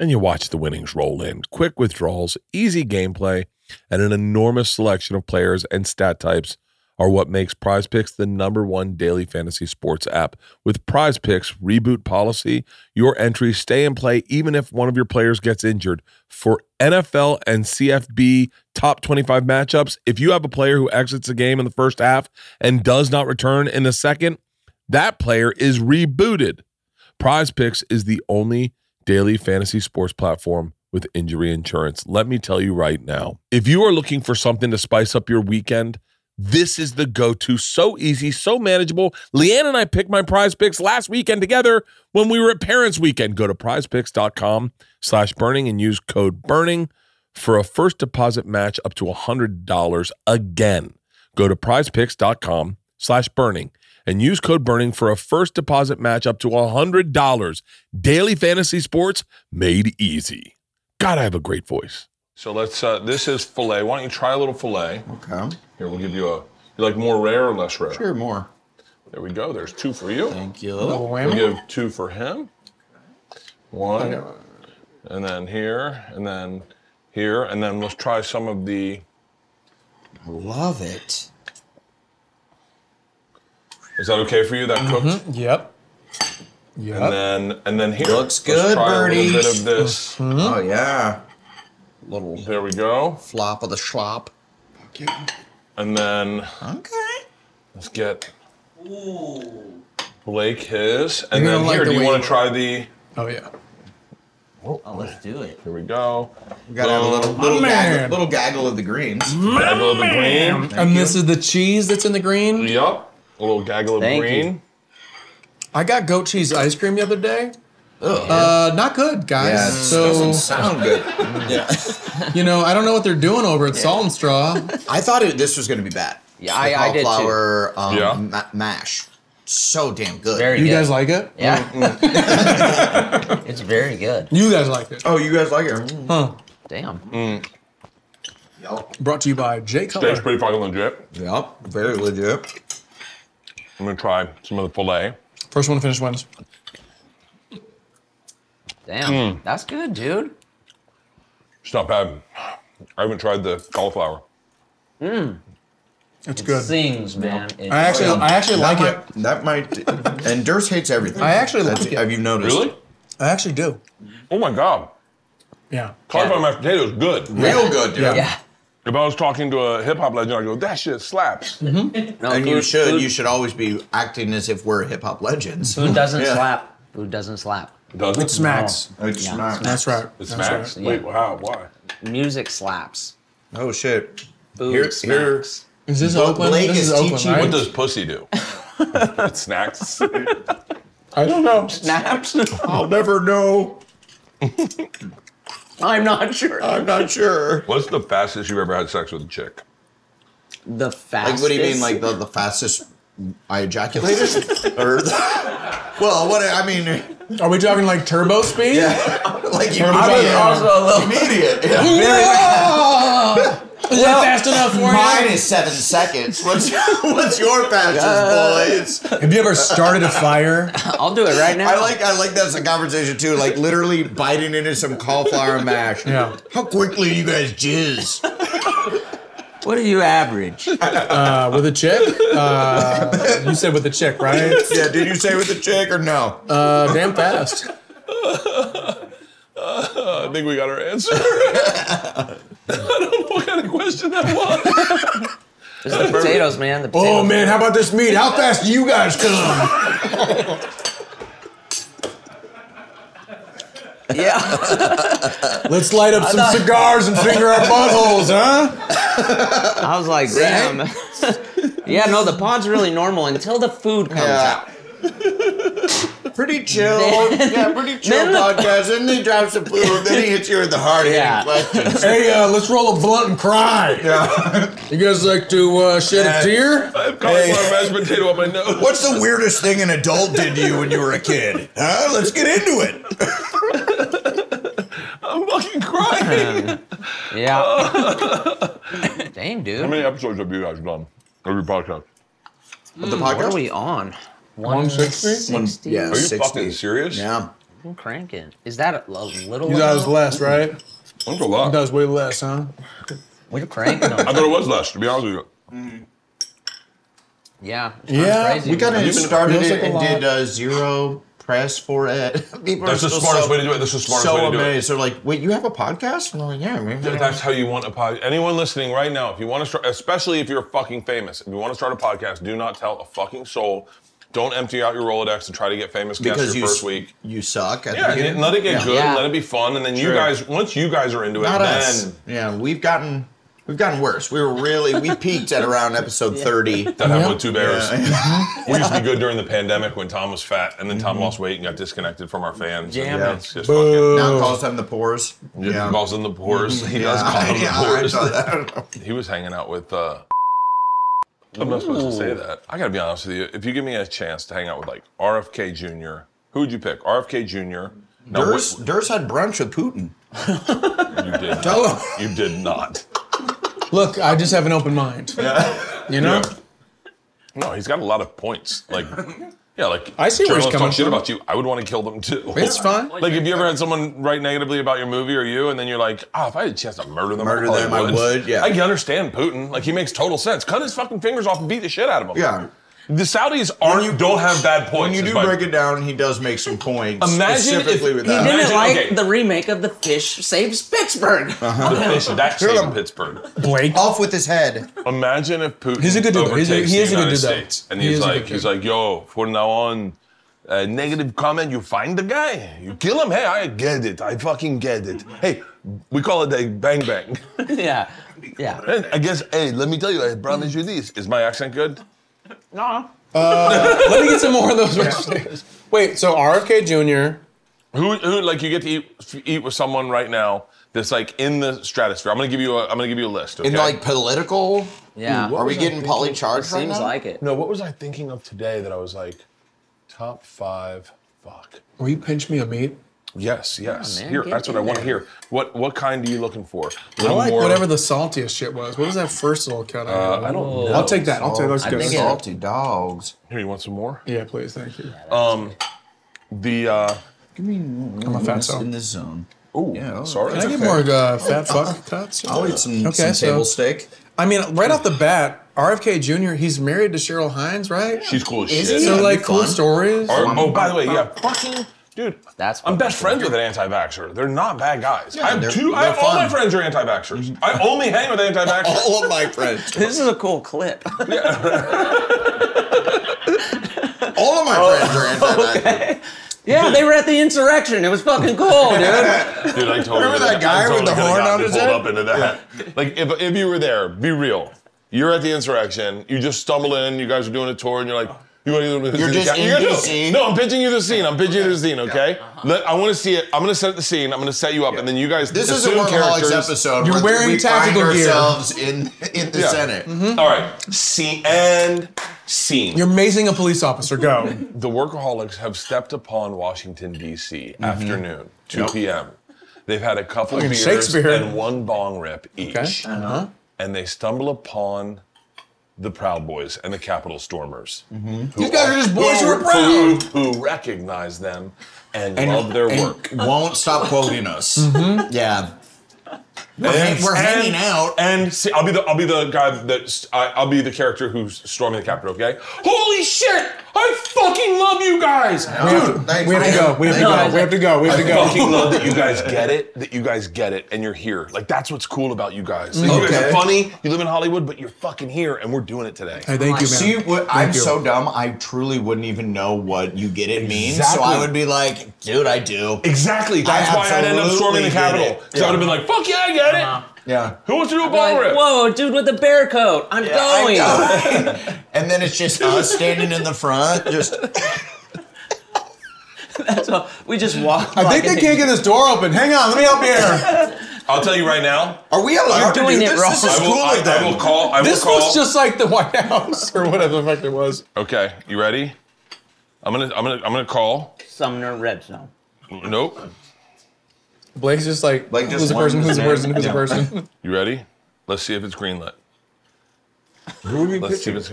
and you watch the winnings roll in. Quick withdrawals, easy gameplay, and an enormous selection of players and stat types are what makes Prize Picks the number one daily fantasy sports app. With Prize Picks reboot policy, your entries stay in play even if one of your players gets injured. For NFL and CFB top 25 matchups, if you have a player who exits a game in the first half and does not return in the second, that player is rebooted. Prize Picks is the only daily fantasy sports platform with injury insurance. Let me tell you right now if you are looking for something to spice up your weekend, this is the go to. So easy, so manageable. Leanne and I picked my prize picks last weekend together when we were at Parents Weekend. Go to prizepicks.com slash burning and use code burning for a first deposit match up to $100 again. Go to prizepicks.com slash burning
and use code BURNING for a first deposit match up to $100. Daily fantasy sports made easy. God, I have a great voice.
So let's. Uh, this is fillet. Why don't you try a little fillet?
Okay.
Here, we'll give you a. You like more rare or less rare?
Sure, more.
There we go. There's two for you.
Thank you.
We'll give two for him. One, and then here, and then here, and then let's try some of the.
Love it.
Is that okay for you? That
Mm-hmm.
cooked.
Yep. Yep.
And then and then here.
Looks
Let's
good,
try a
Bernie.
little bit of this.
Oh yeah. Little
There we go.
flop of the schlop.
And then
Okay.
let's get Blake his. And
You're
then
gonna like
here,
the
do you
way
want
you-
to try the?
oh yeah.
Oh, let's do it.
Here we go.
We gotta have a little little
Oh, man. Mm-hmm.
gaggle, little gaggle of the greens.
Gaggle of the green.
and this is the cheese that's in the green.
Yup. A little gaggle of
Thank you.
green.
I got goat cheese ice cream the other day.
Ugh.
Uh, not good, guys.
yeah, it
so
doesn't sound good. yeah.
*laughs* you know, I don't know what they're doing over at Salt and Straw.
*laughs* I thought it, this was gonna be bad.
Yeah,
The
I- I did too.
cauliflower, Um,
Yeah.
ma- mash. So damn good.
Very
You
good.
guys like it?
Yeah.
*laughs*
it's very good.
You guys like it?
Oh, you guys like it?
Huh.
Damn.
Yep.
Brought to you by Jay
Tastes
Cutler.
pretty fucking legit.
Yep. Very legit.
I'm gonna try some of the fillet.
First one to finish wins.
Mm.
Damn. That's good, dude.
It's not bad. I haven't tried the cauliflower.
It's good.
Sings, man. It-
I actually, I actually like it.
That might. and Durst hates everything.
I actually
That's-
like it.
Have you noticed?
Really?
I actually do.
Oh my god.
Yeah.
Cauliflower mashed potatoes, good.
Real good, dude.
Yeah.
yeah.
If I was talking to a hip hop legend, I'd go, that shit slaps.
No,
And you
food-
should.
Food,
You should always be acting as if we're hip hop legends.
Mm-hmm.
food doesn't
Yeah.
slap. Food doesn't slap.
Does it?
Smacks.
It's
Yeah.
not-
That's right.
It
That's
smacks?
right.
Wait, wow, why?
Music slaps.
Oh shit.
Food
Here- here-
smacks.
Is this
Blake
Oakland? this
is
is Oakland,
teaching-
What
right?
does pussy do? it snacks.
I don't know.
Snaps?
I'll never know.
I'm not sure.
I'm not sure.
What's the fastest you've ever had sex with a chick?
the
Like,
fastest.
what do you mean? Like the, the fastest I ejaculated? *laughs* or well, what I mean,
Are we talking like turbo speed?
like you
Or are we
I was also
talking-
a little.
immediate.
Yeah. Is that fast enough for
Mine
you?
is seven seconds. What's what's your fastest, boys?
Have you ever started a fire?
*laughs* I'll do it right now.
I like I like that's a conversation too. Like literally biting into some cauliflower mash.
Yeah.
How quickly you guys jizz?
What do you average?
Uh, with a chick? Uh, you said with a chick, right?
*laughs* yeah. Did you say with the chick or no?
Uh, damn fast.
I think we got our answer. *laughs* I don't know what kind of question that was.
It's the potatoes, man. The potatoes.
Oh man, how about this meat? How fast do you guys come?
*laughs* Yeah.
Let's light up some cigars and finger our buttholes, huh?
I was like, damn. *laughs* yeah, no, the pod's really normal until the food comes out.
Yeah. *laughs* pretty chill. yeah, pretty
*laughs*
chill
then the-
podcast. Then they drop some food. Then he hits you with the hard hitting
Yeah.
questions.
Hey, uh, let's roll a blunt and cry. You guys like to uh, shed a tear?
I have cauliflower mashed potato on my nose.
What's the weirdest thing an adult did to you when you were a kid? Huh? Let's get into it.
I'm fucking crying.
Yeah.
*laughs*
Dang,
How
dude.
many episodes have you guys done? Every podcast.
the
What are
podcast?
we on?
160?
yeah,
Are you fucking serious?
Yeah.
I'm cranking. Is that a, a little?
You thought it was less, right?
That's a
You
lot.
thought it was way less, huh?
We're cranking
I
them.
thought it was less, to be honest with you.
yeah. it's
Yeah,
crazy.
We kind of
been-
started
Feels
it
like a
and
lot.
did uh, zero press for it. *laughs* People
That's the
are still
smartest
so,
way to do it. That's the smartest
so
way to do it.
amazed. They're like, wait, you have a podcast? And I'm like, yeah, man.
That's how you want a podcast. Anyone listening right now, if you want to start, especially if you're fucking famous, if you want to start a podcast, do not tell a fucking soul. Don't empty out your Rolodex and try to get famous guests
because
your
you
first
s-
week.
you suck. At
Yeah,
the
and let it get
Yeah.
good.
Yeah.
Let it be fun, and then you
Sure.
guys, once you guys are into it,
Not
then
us. Yeah, we've gotten we've gotten worse. We were really
*laughs*
we peaked at around episode thirty.
that happened
Yeah.
with two
*laughs*
bears. we used to be good during the pandemic when Tom was fat, and then
Mm-hmm.
Tom lost weight and got disconnected from our fans.
Damn
and
it.
it's just
Boo.
Now calls them the pores.
fucking yeah. calls them the pores. *laughs* He does
*laughs* Yeah,
call them
yeah, I
the
saw
pores.
that.
He was hanging out with. Uh, I'm not supposed to say that. I gotta be honest with you. If you give me a chance to hang out with like RFK Jr., who would you pick? RFK Jr. No,
Durst, Durst had brunch with Putin.
you did.
Tell
Not.
him.
You did not.
Look, I just have an open mind. You know?
Yeah. No, he's got a lot of points. Like, yeah, like
I see where
journalists
he's coming
talk shit
from.
about you. I would want to kill them too. *laughs*
It's fine.
Like, if you ever had someone write negatively about your movie or you, and then you're like, ah, if I had a chance to murder them,
Murder
I probably
them, I would, yeah.
I can understand Putin. Like, he makes total sense. Cut his fucking fingers off and beat the shit out of him.
Yeah.
The Saudis aren't
you-
don't have bad points.
When you
is
do
my-
break it down, he does make some points.
Imagine if
specifically with
he
He
that.
didn't
Imagine-
like
okay.
the remake of The Fish Saves Pittsburgh.
the fish that
Kill
stays in
him.
Pittsburgh.
Blake.
Off with his head.
Imagine if Putin
He's a good dude, though. He's
overtakes
a- he
the
is a good
United
dude, though.
States, and
He
he's
is a
like,
good
he's
kid.
like, yo, from now on, uh, negative comment, you find the guy, you kill him. Hey, I get it, I fucking get it. Hey, we call it a bang bang. *laughs*
yeah. Yeah.
And I guess, hey, let me tell you, I promise you this. Is my accent good?
No.
Let me get some more of those ranch potatoes. Wait, so RFK Jr.
Who, who, like, you get to eat, eat with someone right now that's like in the stratosphere. I'm gonna give you a, I'm gonna give you a list. Okay?
In like political.
Yeah.
Are we getting poly charged right
Seems
now?
like it.
no, what was I thinking of today that I was like, top five, fuck.
Will you pinch me a meat?
Yes, yes.
man,
Here,
get
that's what I
in
want to
there.
hear. What what kind are you looking for?
I
Little
like
more-
whatever the saltiest shit was. What was that first little cut?
Uh,
Uh,
I don't know.
I'll take that. I'll take those
I
good.
think it-
Salty dogs.
Here, you want some more?
Yeah, please, thank you.
Um, the uh,
Give me I'm
a fat cell.
in this zone.
oh,
Yeah,
sorry.
Can I get more uh, fat fuck cuts?
I'll eat some, some
Okay,
table
so-
steak.
I mean, right off the bat, RFK Jr. He's married to Cheryl Hines, right?
She's cool as
Is
shit.
he?
So
Yeah,
like
be
cool
fun.
stories.
Or- oh, by the way, yeah, fucking dude.
That's
I'm
fucking
best
cool.
friends with an anti-vaxxer. They're not bad guys. I have
they're-
two. I
they're
have all my
fun.
friends are
Mm-hmm.
anti-vaxxers. I only hang with anti-vaxxers.
of my friends.
This is a cool clip.
All of my friends
Oh,
are
*laughs*
anti vax.
yeah, they were at the insurrection. It was fucking cool, dude.
Dude, I totally
Remember that
I'm
guy with the
gonna
horn
gotta
on
be
his
pulled
head?
Up into that. Like if if you were there, be real. You're at the insurrection. You just stumble in. You guys are doing a tour, and you're like. You want to
You're just in
you
the
guys do it.
scene? Uh-huh.
No, I'm pitching you the scene. I'm pitching you the scene. Okay, Let- I want to see it. I'm going to set the scene. I'm going to set you up, and then you guys
This is a
assume characters.
Workaholics episode.
You're
where
wearing
we
tactical
find
gear. Mm-hmm.
ourselves in, in the
Yeah.
Senate.
All right, scene and scene.
You're amazing a police officer. Go.
the workaholics have stepped upon Washington D.C.
Mm-hmm.
afternoon, 2 p.m. They've had a couple
Fucking
beers
Shakespeare.
and one bong rip each,
Okay. Uh-huh.
and they stumble upon the Proud Boys and the Capitol Stormers. Who
These guys are just Mm-hmm. boys who are
who- Who recognize them and, love their
and
work.
Won't stop quoting us.
Mm-hmm.
Yeah. We're, hang- we're hanging out.
And see, I'll be the I'll be the guy that I, I'll be the character who's storming the Capitol. Okay. Holy shit! I fucking love you guys.
We have to, we have to go. We have to go. We have to go. We have to
I fucking
go.
love that you *laughs* guys get it, that you guys get it, and you're here. Like that's what's cool about you guys. Like, You guys are
Okay.
funny. You live in Hollywood, but you're fucking here, and we're doing it today.
Hey, thank you, man.
See, what, I'm
Thank you.
so dumb. I truly wouldn't even know what you get it means. So
Exactly.
I would be like, dude, I do.
Exactly. That's why I'd end up storming the
absolutely
Capitol.
get it. Uh-huh.
Because I would have been like, "Fuck yeah, I get it."
Yeah.
Who wants to do a ball
Like,
rip?
whoa, dude with the bear coat. I'm going.
*laughs* and then it's just us standing in the front, just
*laughs* So we just walked.
I think they can't get this door open. Hang on, let me help you here.
I'll tell you right now.
Are we allowed to
doing
do
it
this?
wrong.
This is
I will,
cooler
I, I
than.
will call. I will
This
call.
looks just like the White House or whatever the fuck it was.
okay, you ready? I'm gonna. I'm gonna. I'm gonna call.
Sumner Red Zone.
Nope.
Blake's just like,
Like,
who's
just
the person?
one
Who's the
name.
person? Who's the
Yeah.
person?
You ready? Let's see if it's greenlit. Let's see if it's.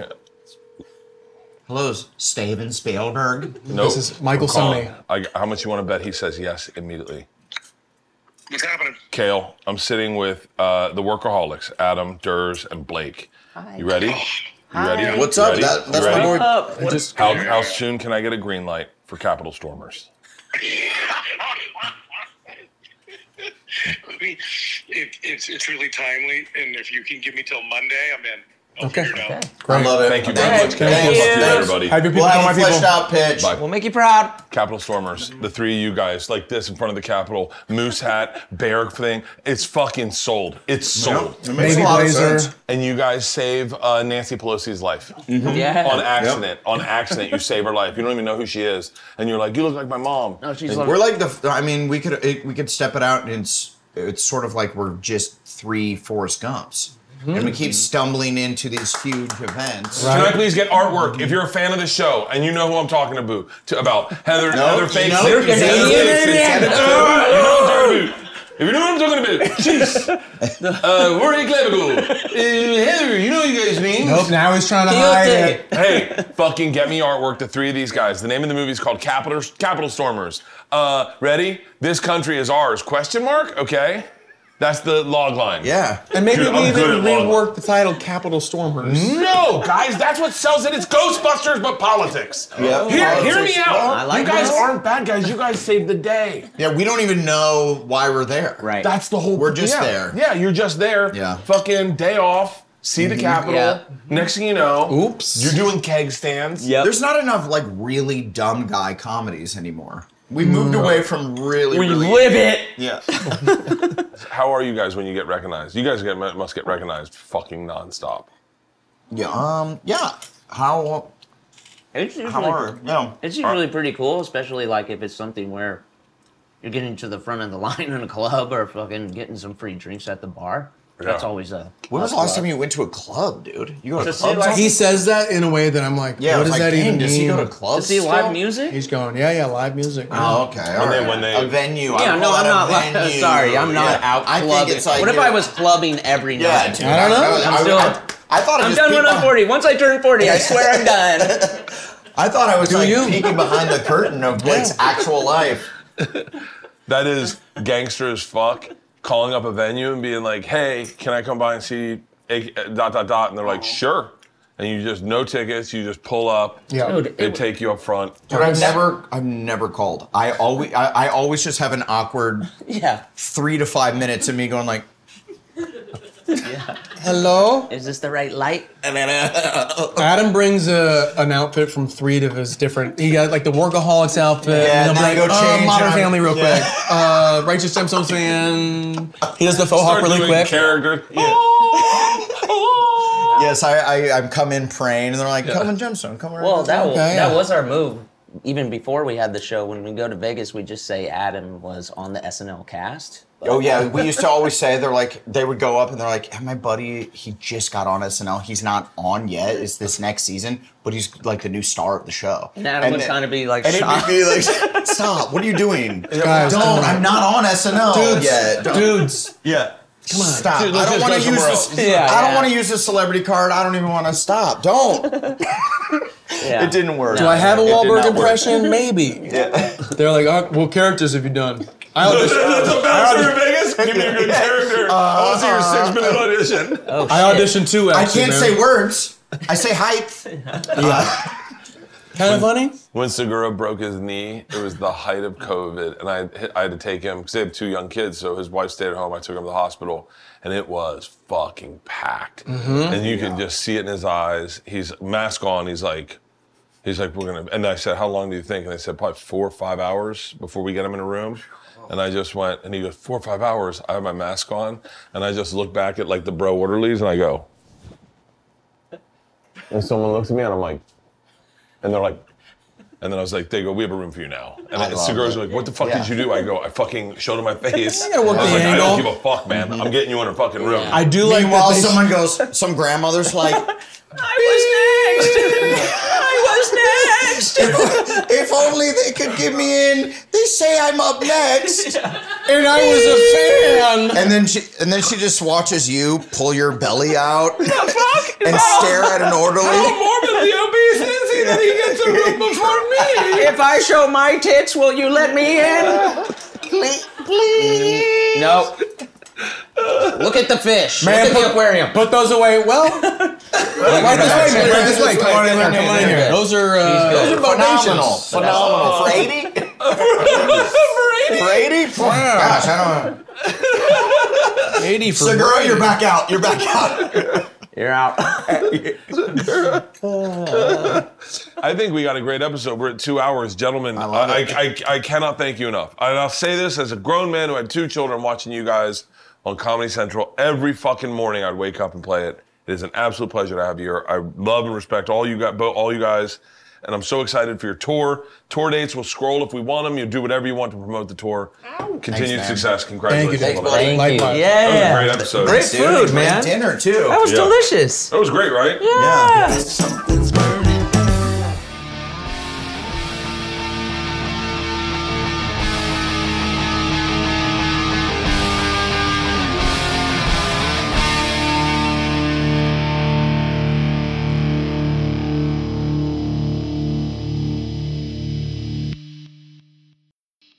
Hello, Steven Spielberg.
Nope.
This is Michael
I'm calling.
Sony.
I, how much you want to bet he says yes immediately?
What's happening? *laughs*
Kale, I'm sitting with uh, the workaholics, Adam, Durs, and Blake. You ready? You ready?
Hi.
What's
You
up?
ready?
That-
You
that's my
ready?
boy.
Up.
I just,
How, how soon can I get a green light for Capital Stormers?
I mean, it, it's it's really timely, and if you can give me till Monday, I'm in. I'll
Okay.
figure it out.
I
Great.
love it.
Thank you very much, Kale.
Thank
Good luck
you.
to everybody.
Have your people
We'll
call
have
my
a fleshed
people.
out pitch.
Bye.
We'll make you proud.
Capitol Stormers, the three of you guys, like this in front of the Capitol, moose hat, bear thing. It's fucking sold. It's sold.
It makes
Navy
a lot of
blazer.
sense.
And you guys save uh, Nancy Pelosi's life.
Mm-hmm.
Yeah.
on accident. On accident, you save her life. You don't even know who she is, and you're like, "You look like my mom."
No, she's
And-
like-
We're like the. I mean, we could it, we could step it out, and it's it's sort of like we're just three Forrest Gumps. and we keep stumbling into these huge events.
Can I please get artwork? If you're a fan of the show and you know who I'm talking about, to, about Heather,
No,
Heather
you
Fakes,
know
Heather
who you're
Fakes, Heather
talking
Fakes,
about.
Heather Fakes, you know who I'm talking about. If you know what I'm talking about, jeez.
*laughs*
Uh, Rory Clavicle. Uh, Heather, you know what you guys mean.
Nope, now he's trying to hide it.
Hey, fucking get me artwork to three of these guys. The name of the movie is called Capital, Capital Stormers. Uh, ready? This country is ours, question mark? Okay. That's the log line.
Yeah.
And maybe
Dude,
we
I'm
even
good at law.
rework the title Capital Stormers.
Mm-hmm.
No, guys, that's what sells it. It's Ghostbusters, but politics.
Yeah,
hear, hear me
politics.
out.
I like
you guys
this.
aren't bad guys. You guys saved the day.
Yeah, we don't even know why we're there.
Right.
That's the whole.
We're just
yeah.
there.
Yeah, you're just there.
Yeah.
Fucking day off. See the Capitol.
Yeah.
Next thing you know,
Oops.
you're doing keg stands.
Yep.
There's not enough like really dumb guy comedies anymore. We moved away from really
we
really
live it.
Yeah.
How are you guys when you get recognized? You guys get must get recognized fucking nonstop.
Yeah. Um yeah. How
It's usually,
how are no.
it's usually pretty cool, especially like if it's something where you're getting to the front of the *laughs* line in a club or fucking getting some free drinks at the bar. That's
Yeah.
always a.
When was the last time you went to a club, dude? You go to
To see,
clubs?
like-
He says that in a way that I'm like,
yeah, I
what
was
does
like,
that
"Dang,
even mean?
does he go to clubs?
Does he
still?"
live music?
He's going, yeah, yeah, live music.
Oh, okay. all
When they-
right.
when they-
a venue. I
Yeah, no,
call
I'm
it a
not. *laughs* like-
venue.
sorry, I'm not
Yeah.
out
I
clubbing.
think it's like
what if
you're-
I was clubbing every
Yeah,
night?
dude,
I don't know.
I,
I'm still-
I, I thought it
I'm
was
done when
peeking-
I'm 40. Once I turn 40, I swear I'm done.
*laughs* I thought I was like
you?
peeking behind the curtain *laughs* of Blake's actual life.
That is gangster as fuck. Calling up a venue and being like, "Hey, can I come by and see a- dot dot dot?" And they're like, "Sure." And you just no tickets. You just pull up.
Yeah. Dude,
They take you up front.
But I've never, I've never called. I always, I, I always just have an awkward
yeah.
three to five minutes of me going like,
Hello?
Is this the right light?
Adam brings a, an outfit from three of his different. He got like the workaholics outfit.
Yeah, then
and I'm
I
like,
go
"Uh,
change
Modern
and I'm-
Family real
yeah.
quick. Uh, Righteous Gemstones fan. He does the faux hop
Start
really
doing
quick.
Character. Oh, Yeah.
yes, I, I, I'm come in praying, and they're like, Kelvin Gemstone, come around.
Well, that
Okay,
that
yeah.
was our move. Even before we had the show, when we go to Vegas, we just say Adam was on the SNL cast.
Oh yeah, we used to always say they're like they would go up and they're like, hey, my buddy, he just got on SNL. He's not on yet. It's this next season, but he's like the new star of the show.
And Adam was
then-
trying to be like,
And
shocked.
it'd be like, stop! What are you *laughs* doing?
Guys,
don't!
come on.
I'm not on SNL
Dudes,
yet. Oh, Don't-
dudes.
Yeah. Come on. Stop.
Dude,
I
let's
don't
just
want to
go
use
somewhere
this.
else.
Yeah,
I don't
yeah.
want to use this celebrity card. I don't even want to stop.
*laughs*
Don't.
Yeah.
It didn't work.
Do I have a
It did
Wahlberg
not work.
impression? Maybe. They're like, oh, what characters have you done? I
That's a
auditioned,
bouncer in Vegas. Give me a good character. I want to see your six-minute audition.
Oh,
I
shit.
auditioned too,
I
actually.
can't
man.
say words. I say hype.
Kind of funny?
When Segura broke his knee, it was the height of COVID, and I I had to take him because they have two young kids, so his wife stayed at home. I took him to the hospital, and it was fucking packed,
Mm-hmm.
and you can just see it in his eyes. He's mask on. He's like, he's like, we're gonna. And I said, how long do you think? And they said, probably four or five hours before we get him in a room. And I just went, and he goes, four or five hours. I have my mask on, and I just look back at like the bro orderlies, and I go, and someone looks at me, and I'm like, and they're like. And then I was like, they go, we have a room for you now. And I,
love
Segura's like, what the fuck did you do? I go, I fucking showed him my
*laughs*
face. I
gotta work
was
the
like, I don't
angle.
give a fuck, man. I'm getting you in a fucking room.
I do like
Meanwhile,
that they-
someone goes, some grandmother's like,
I was next. I was next.
If only they could get me in. They say I'm up next.
and *laughs* I was a fan.
And then she and then she just watches you pull your belly out and stare at an orderly.
morbidly obese is he that he gets a room before me?
If I show my tits, will you let me in?
Please, please.
No. Look at the fish.
Man,
Look at
put-
the aquarium.
Put those away.
*laughs*
Well, right this way, man. Right this way. Come on in here. Come on in here. Those are uh,
He's good.
those are
Phenomenal.
donations.
Phenomenal. For 80? For 80? Gosh, I don't know.
Eighty for
Segura, you're back out. You're back out.
You're out.
I think we got a great episode. We're at two hours, gentlemen. I,
love
I,
it.
I, I cannot thank you enough. And I'll say this as a grown man who had two children watching you guys on Comedy Central every fucking morning. I'd wake up and play it. It is an absolute pleasure to have you here. I love and respect all you got, all you guys. and I'm so excited for your tour. Tour dates, we'll scroll if we want them. You do whatever you want to promote the tour. Continued
man.
success.
Thank you.
Congratulations.
Thanks,
on that.
buddy.
Thank you.
Likewise.
That was a great
Yeah.
episode.
Great
Dude,
food,
great
man.
Dinner too.
That was
Yeah.
delicious.
That was great, right?
Yeah.
Yeah.
Something's burning.